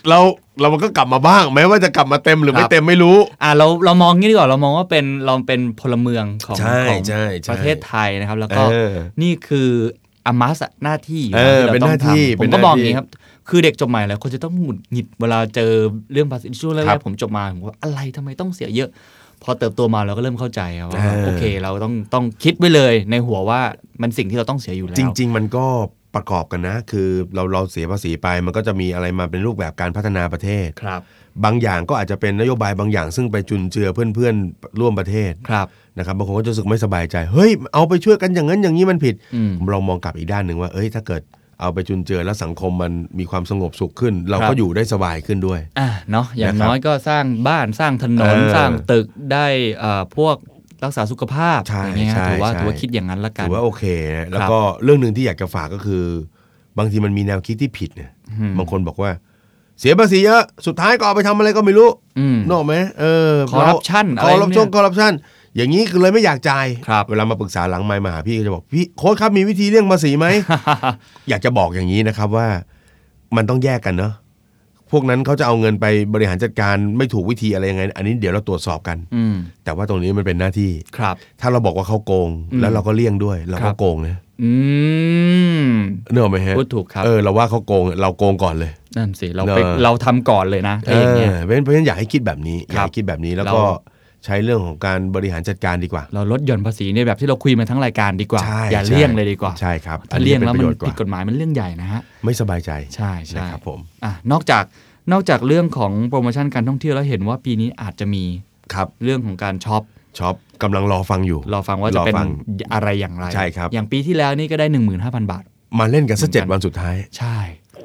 Speaker 4: เราเรามันก็กลับมาบ้าง แม้ว่าจะกลับมาเต็มหรือ
Speaker 3: ค
Speaker 4: ไม่
Speaker 3: รับ
Speaker 4: เต็มไม่รู้
Speaker 3: อ่ะเราเรามองงี้ดีกว่าเรามองว่าเป็นเราเป็นพลเมืองของ
Speaker 4: ใช่
Speaker 3: ของ
Speaker 4: ใช่ใช่
Speaker 3: ประเทศไทยนะครับ แล้วก็
Speaker 4: เออ
Speaker 3: นี่คืออามัสหน้าที่อยู่
Speaker 4: เออ
Speaker 3: ที่
Speaker 4: เป็น
Speaker 3: ต้อ
Speaker 4: ห
Speaker 3: ง
Speaker 4: น้าที่
Speaker 3: ทำผ
Speaker 4: เป็
Speaker 3: ม
Speaker 4: นห
Speaker 3: ก็
Speaker 4: น้า
Speaker 3: บอกอ
Speaker 4: ที่
Speaker 3: ย่างนี้ครับ คือเด็กจบใหม่แล้วคนจะต้องหงุดหงิดเวลาเจอเรื่องภาษีช่วงแร
Speaker 4: ครั
Speaker 3: ก
Speaker 4: บ
Speaker 3: ๆผมจบมาผมว่าอะไรทำไมต้องเสียเยอะ พอเติบโตมาเราก็เริ่มเข้าใจครับว่า
Speaker 4: เออ
Speaker 3: โอเคเราต้องต้องคิดไว้เลยในหัวว่ามันสิ่งที่เราต้องเสียอยู่แล้ว
Speaker 4: จริง ๆ มันก็ประกอบกันนะ คือเราเราเสียภาษีไปมันก็จะมีอะไรมาเป็นรูปแบบการพัฒนาประเทศ
Speaker 3: ครับ
Speaker 4: บางอย่างก็อาจจะเป็นนโยบายบางอย่าง ซึ่งไปจุนเจือเพื่อนๆร่วมประเทศ
Speaker 3: ครับ
Speaker 4: นะครับบางคนก็จะรู้สึกไม่สบายใจเฮ้ยเอาไปช่วยกันอย่างนั้นอย่างนี้มันผิด
Speaker 3: อืม
Speaker 4: เรามองกลับอีกด้านหนึ่งว่า เอ้ยถ้าเกิดเอาไปจุนเจือแล้วสังคมมันมีความสงบสุขขึ้น เรา
Speaker 3: ครั
Speaker 4: ก็
Speaker 3: บ
Speaker 4: อยู่ได้สบายขึ้นด้วย
Speaker 3: อ่ะเนาะอย่าง
Speaker 4: นะครับ
Speaker 3: น้อยก็สร้างบ้านสร้างถนน
Speaker 4: เออ
Speaker 3: สร้างตึกได้เอ่อพวกรักษาสุขภาพ
Speaker 4: ใช่
Speaker 3: อย่างเงี้ย
Speaker 4: ใช่
Speaker 3: ถือว่า
Speaker 4: ใช่
Speaker 3: ถือว่าคิดอย่างนั้นละกัน
Speaker 4: ถือว่าโอเคนะแล้วก็เรื่องหนึ่งที่อยากจะฝากก็คือ บางทีมันมีแนวคิดที่ผิดเนี่ย
Speaker 3: อืม
Speaker 4: บางคนบอกว่า เสียภาษีเยอะสุดท้ายก็เอาไปทำอะไรก็ไม่รู้
Speaker 3: อืม
Speaker 4: นกออกไหมเออ
Speaker 3: Corruption
Speaker 4: ค
Speaker 3: อะไร
Speaker 4: อ
Speaker 3: พวกเนี้ย
Speaker 4: ร์รัปชันคอร์รัปชันอย่างนี้คือเลยไม่อยากจ่าย
Speaker 3: ครับ
Speaker 4: เวลามาปรึกษาหลังไมค์มาหาพี่ก็จะบอกพี่โค้ชครับมีวิธีเลี่ยงภาษีไหม อยากจะบอกอย่างนี้นะครับว่ามันต้องแยกกันเนาะพวกนั้นเขาจะเอาเงินไปบริหารจัดการไม่ถูกวิธีอะไรยังไง อันนี้เดี๋ยวเราตรวจสอบกัน
Speaker 3: <laughs> อืม
Speaker 4: แต่ว่าตรงนี้มันเป็นหน้าที่
Speaker 3: ครับ
Speaker 4: ถ้าเราบอกว่าเขาโกง
Speaker 3: อืม
Speaker 4: แล้วเราก็เลี่ยงด้วย เรา
Speaker 3: ครั
Speaker 4: ก็
Speaker 3: บ
Speaker 4: โกงนะ
Speaker 3: อืม
Speaker 4: เนกอะไหมฮะ
Speaker 3: พูดถูกครับ
Speaker 4: เออเราว่าเขาโกงเราโกงก่อนเลย
Speaker 3: นั่นสิเราไป
Speaker 4: เนอะ
Speaker 3: เราทำก่อนเลยนะถ้าอย่างเงี้ย
Speaker 4: เออเพราะฉะนั้นเพราะฉะนั้นอย่าให้คิดแบบนี้อย่า
Speaker 3: ครับ
Speaker 4: ให้คิดแบบนี้แล้วก็
Speaker 3: เรา
Speaker 4: ใช้เรื่องของการบริหารจัดการดีกว่า
Speaker 3: เราลดหย่อนภาษีในแบบที่เราคุยมาทั้งรายการดีกว่า
Speaker 4: ใช่
Speaker 3: อย่า
Speaker 4: ใช่
Speaker 3: เลี่ยงเลยดีกว่า
Speaker 4: ใช่ครับอั
Speaker 3: ถ้าน
Speaker 4: นี้
Speaker 3: เลี่ยงแล้ว
Speaker 4: เป็
Speaker 3: มันน
Speaker 4: ประโยชน์กว่า
Speaker 3: ผิดกฎหมายมันเรื่องใหญ่นะฮะ
Speaker 4: ไม่สบายใจ
Speaker 3: ใช่ใช่
Speaker 4: นะครับผม
Speaker 3: อ่ะนอกจากนอกจากเรื่องของโปรโมชั่นการท่องเที่ยวแล้วเห็นว่าปีนี้อาจจะมี
Speaker 4: ครับ
Speaker 3: เรื่องของการช็อป
Speaker 4: ช็อปกำลังรอฟังอยู่
Speaker 3: รอฟังว่าจะเป็น
Speaker 4: รอฟัง
Speaker 3: อะไรอย่างไร
Speaker 4: ใช่ครับ
Speaker 3: อย่างปีที่แล้วนี่ก็ได้ 15,000 บาท
Speaker 4: มาเล่นกันสัก
Speaker 3: เหมือนกัน
Speaker 4: เจ็ดวันสุดท้าย
Speaker 3: ใช่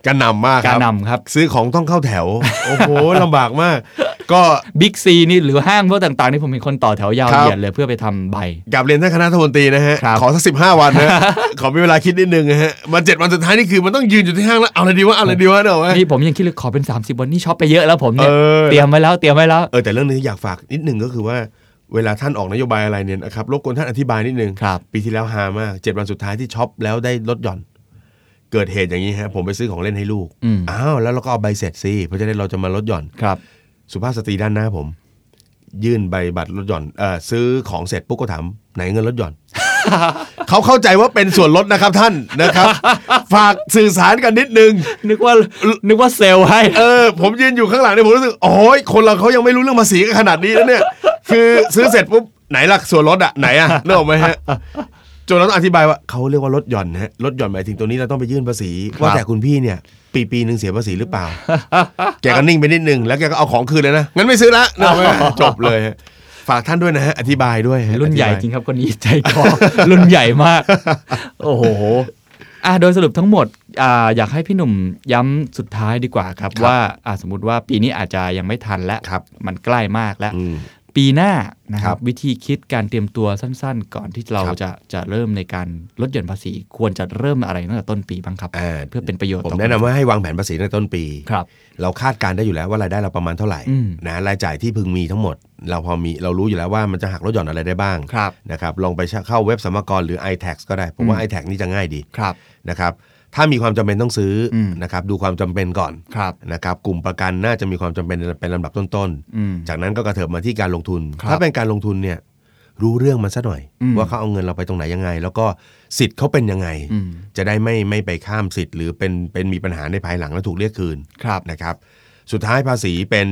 Speaker 4: กระหนำมากค
Speaker 3: การ
Speaker 4: รับ
Speaker 3: นำครับ
Speaker 4: ซื้อของต้องเข้าแถว โอ้โหลำบากมาก ก็
Speaker 3: บิ๊กซีนี่หรือห้างพวกต่างๆนี่ผมเห็นคนต่อแถวยาว
Speaker 4: ครั
Speaker 3: เห
Speaker 4: บ
Speaker 3: ยียดเลยเพื่อไปทำใบ
Speaker 4: กลับเรียนท่านคณะรัฐมนตรีนะฮะ
Speaker 3: ครับ
Speaker 4: ขอสักสิบห้าวันนะ ขอมีเวลาคิดนิดนึงนะฮะ มาเจ็ดวันสุดท้ายนี่คือมันต้องยืนอยู่ที่ห้างแล้วเอาอะไรดีวะเอาอะไรดีวะเนอะวะ
Speaker 3: นี่ผมยังคิดเลยขอเป็น 30 วันนี่ช็อปไปเยอะแล้วผมเนี่ย
Speaker 4: เออ
Speaker 3: เตรียมไว้แล้วเตรียมไว้แล้ว
Speaker 4: เออแต่เรื่องนี้อยากฝากนิดนึงก็คือว่าเวลาท่านออกนโยบายอะไรเนี่ยนะครับรบกวนท่านอธิบายนิดนึง
Speaker 3: ครับ
Speaker 4: ปีที่แล้วฮามากเจ็ดวันสุดท้ายที่ช็อปแล้วได้ลดหย่อน เกิดเหตุอย่างนี้ฮะผมไปซื้อของเล่นให้ลูก
Speaker 3: อืม
Speaker 4: อ้าวแล้วเราก็เอาใบเสร็จสิเพราะจะได้เราจะมาลดหย่อน
Speaker 3: ครับ
Speaker 4: สุภาพสตรีด้านหน้าผม ยื่นใบบัตรลดหย่อนเออซื้อของเสร็จปุ๊บก็ถามไหนเงินลดหย่อน เขาเข้าใจว่าเป็นส่วนลดนะครับท่านนะครับ ฝากสื่อสารกันนิดนึง
Speaker 3: นึกว่านึกว่าเซลล์ให้
Speaker 4: เออผมยืนอยู่ข้างหลังเนี่ยผมรู้สึกโอ้ยคนเราเขายังไม่รู้เรื่องภาษีกันขนาดนี้นะเนี่ย คือซื้อเสร็จปุ๊บไหนล่ะส่วนลดอะไหนอะนึกออกไหมฮะจนเราต้องอธิบายว่าเขาเรียกว่าลดหย่อนนะฮะลดหย่อนหมายถึงตัวนี้เราต้องไปยื่นภาษี ว่าแต่คุณพี่เนี่ย ปีปีหนึ่งเสียภาษีหรือเปล่า แกก็นิ่งไปนิดนึงแล้วแกก็เอาของคืนเลยนะงั้นไม่ซื้อละนึกออกไหมจบเลยฮะฝากท่านด้วยนะฮะอธิบายด้วยฮะ
Speaker 3: รุ่นใหญ่
Speaker 4: อธิบาย
Speaker 3: จริงครับคนนี้ใจคอ รุ่นใหญ่มาก โอ้โหอ่ะโดยสรุปทั้งหมดอ่าอยากให้พี่หนุ่มย้ำสุดท้ายดีกว่าครับ ว่าอ่ะสมมติว่าปีนี้อาจจะยังไม่ทันแล้ว
Speaker 4: ครับ
Speaker 3: มันใกล้มากแล้ว
Speaker 4: อืม
Speaker 3: ปีหน้านะค
Speaker 4: ครั
Speaker 3: รับบ วิธีคิดการเตรียมตัวสั้นๆ ก่อนที่เรา
Speaker 4: ครับ
Speaker 3: จะจะเริ่มในการลดหย่อนภาษี ควรจะเริ่มอะไรตั้งแต่ต้นปีบ้างครับ
Speaker 4: อ่า
Speaker 3: เพื่อเป็นประโยชน์
Speaker 4: ผม
Speaker 3: ต่อ
Speaker 4: แนะนำว่าให้วางแผนภาษีในต้นปี
Speaker 3: ครับ
Speaker 4: เราคาดการณ์ได้อยู่แล้วว่ารายได้เราประมาณเท่าไหร่
Speaker 3: อืม
Speaker 4: นะรายจ่ายที่พึงมีทั้งหมด เราพอมีเรารู้อยู่แล้วว่ามันจะหักลดหย่อนอะไรได้บ้าง
Speaker 3: ครับ
Speaker 4: นะครับลองไปเข้าเว็บสมกรหรือ iTax ก็ได้ผมว่า iTax นี่จะง่ายดี
Speaker 3: ครับ
Speaker 4: นะครับถ้ามีความจำเป็นต้องซื้ออ
Speaker 3: ม
Speaker 4: นะครับดูความจำเป็นก่อน
Speaker 3: ครับ
Speaker 4: นะครับกลุ่มประกันน่าจะมีความจำเป็นเป็นลำดับต้น
Speaker 3: อืม
Speaker 4: ๆ จากนั้นก็กระเถิบมาที่การลงทุน
Speaker 3: ครับ
Speaker 4: ถ้าเป็นการลงทุนเนี่ยรู้เรื่องมันซะหน่อย
Speaker 3: อืม
Speaker 4: ว่าเขาเอาเงินเราไปตรงไหนยังไง แล้วก็สิทธิ์เขาเป็นยังไง
Speaker 3: อืม
Speaker 4: จะได้ไม่ไม่ไปข้ามสิทธิ์หรือเป็นเป็นมีปัญหาในภายหลังแล้วถูกเรียกคืน
Speaker 3: ครับ
Speaker 4: นะครับสุดท้ายภาษีเป็น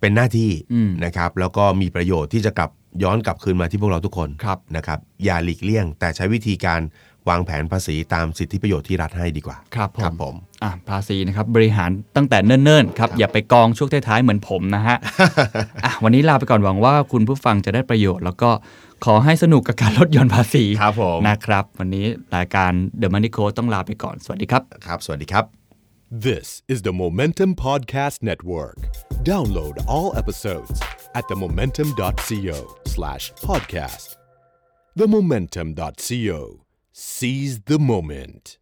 Speaker 4: เป็นหน้าที่
Speaker 3: อืม
Speaker 4: นะครับแล้วก็มีประโยชน์ที่จะกลับย้อนกลับคืนมาที่พวกเราทุกคน
Speaker 3: ครับ
Speaker 4: นะครับอย่าหลีกเลี่ยง แต่ใช้วิธีการวางแผนภาษีตามสิทธิประโยชน์ที่รัฐให้ดีกว่า
Speaker 3: ครับผม
Speaker 4: ครับผม
Speaker 3: อ่ะภาษีนะครับ บริหารตั้งแต่เนิ่นๆครับ อย่าไปกองช่วงท้ายๆเหมือนผมนะ
Speaker 4: <laughs>
Speaker 3: ฮะ อ่ะวันนี้ลาไปก่อนหวังว่าคุณผู้ฟังจะได้ประโยชน์ แล้วก็ขอให้สนุกกับการลดหย่อนภาษี
Speaker 4: ครับผม
Speaker 3: นะครับ วันนี้รายการ The Money Code ต้องลาไปก่อนสวัสดีครับ
Speaker 4: ครับ สวัสดีครับ
Speaker 1: This is the Momentum Podcast Network. Download all episodes at themomentum.co slash podcast. Themomentum.co. Seize the moment.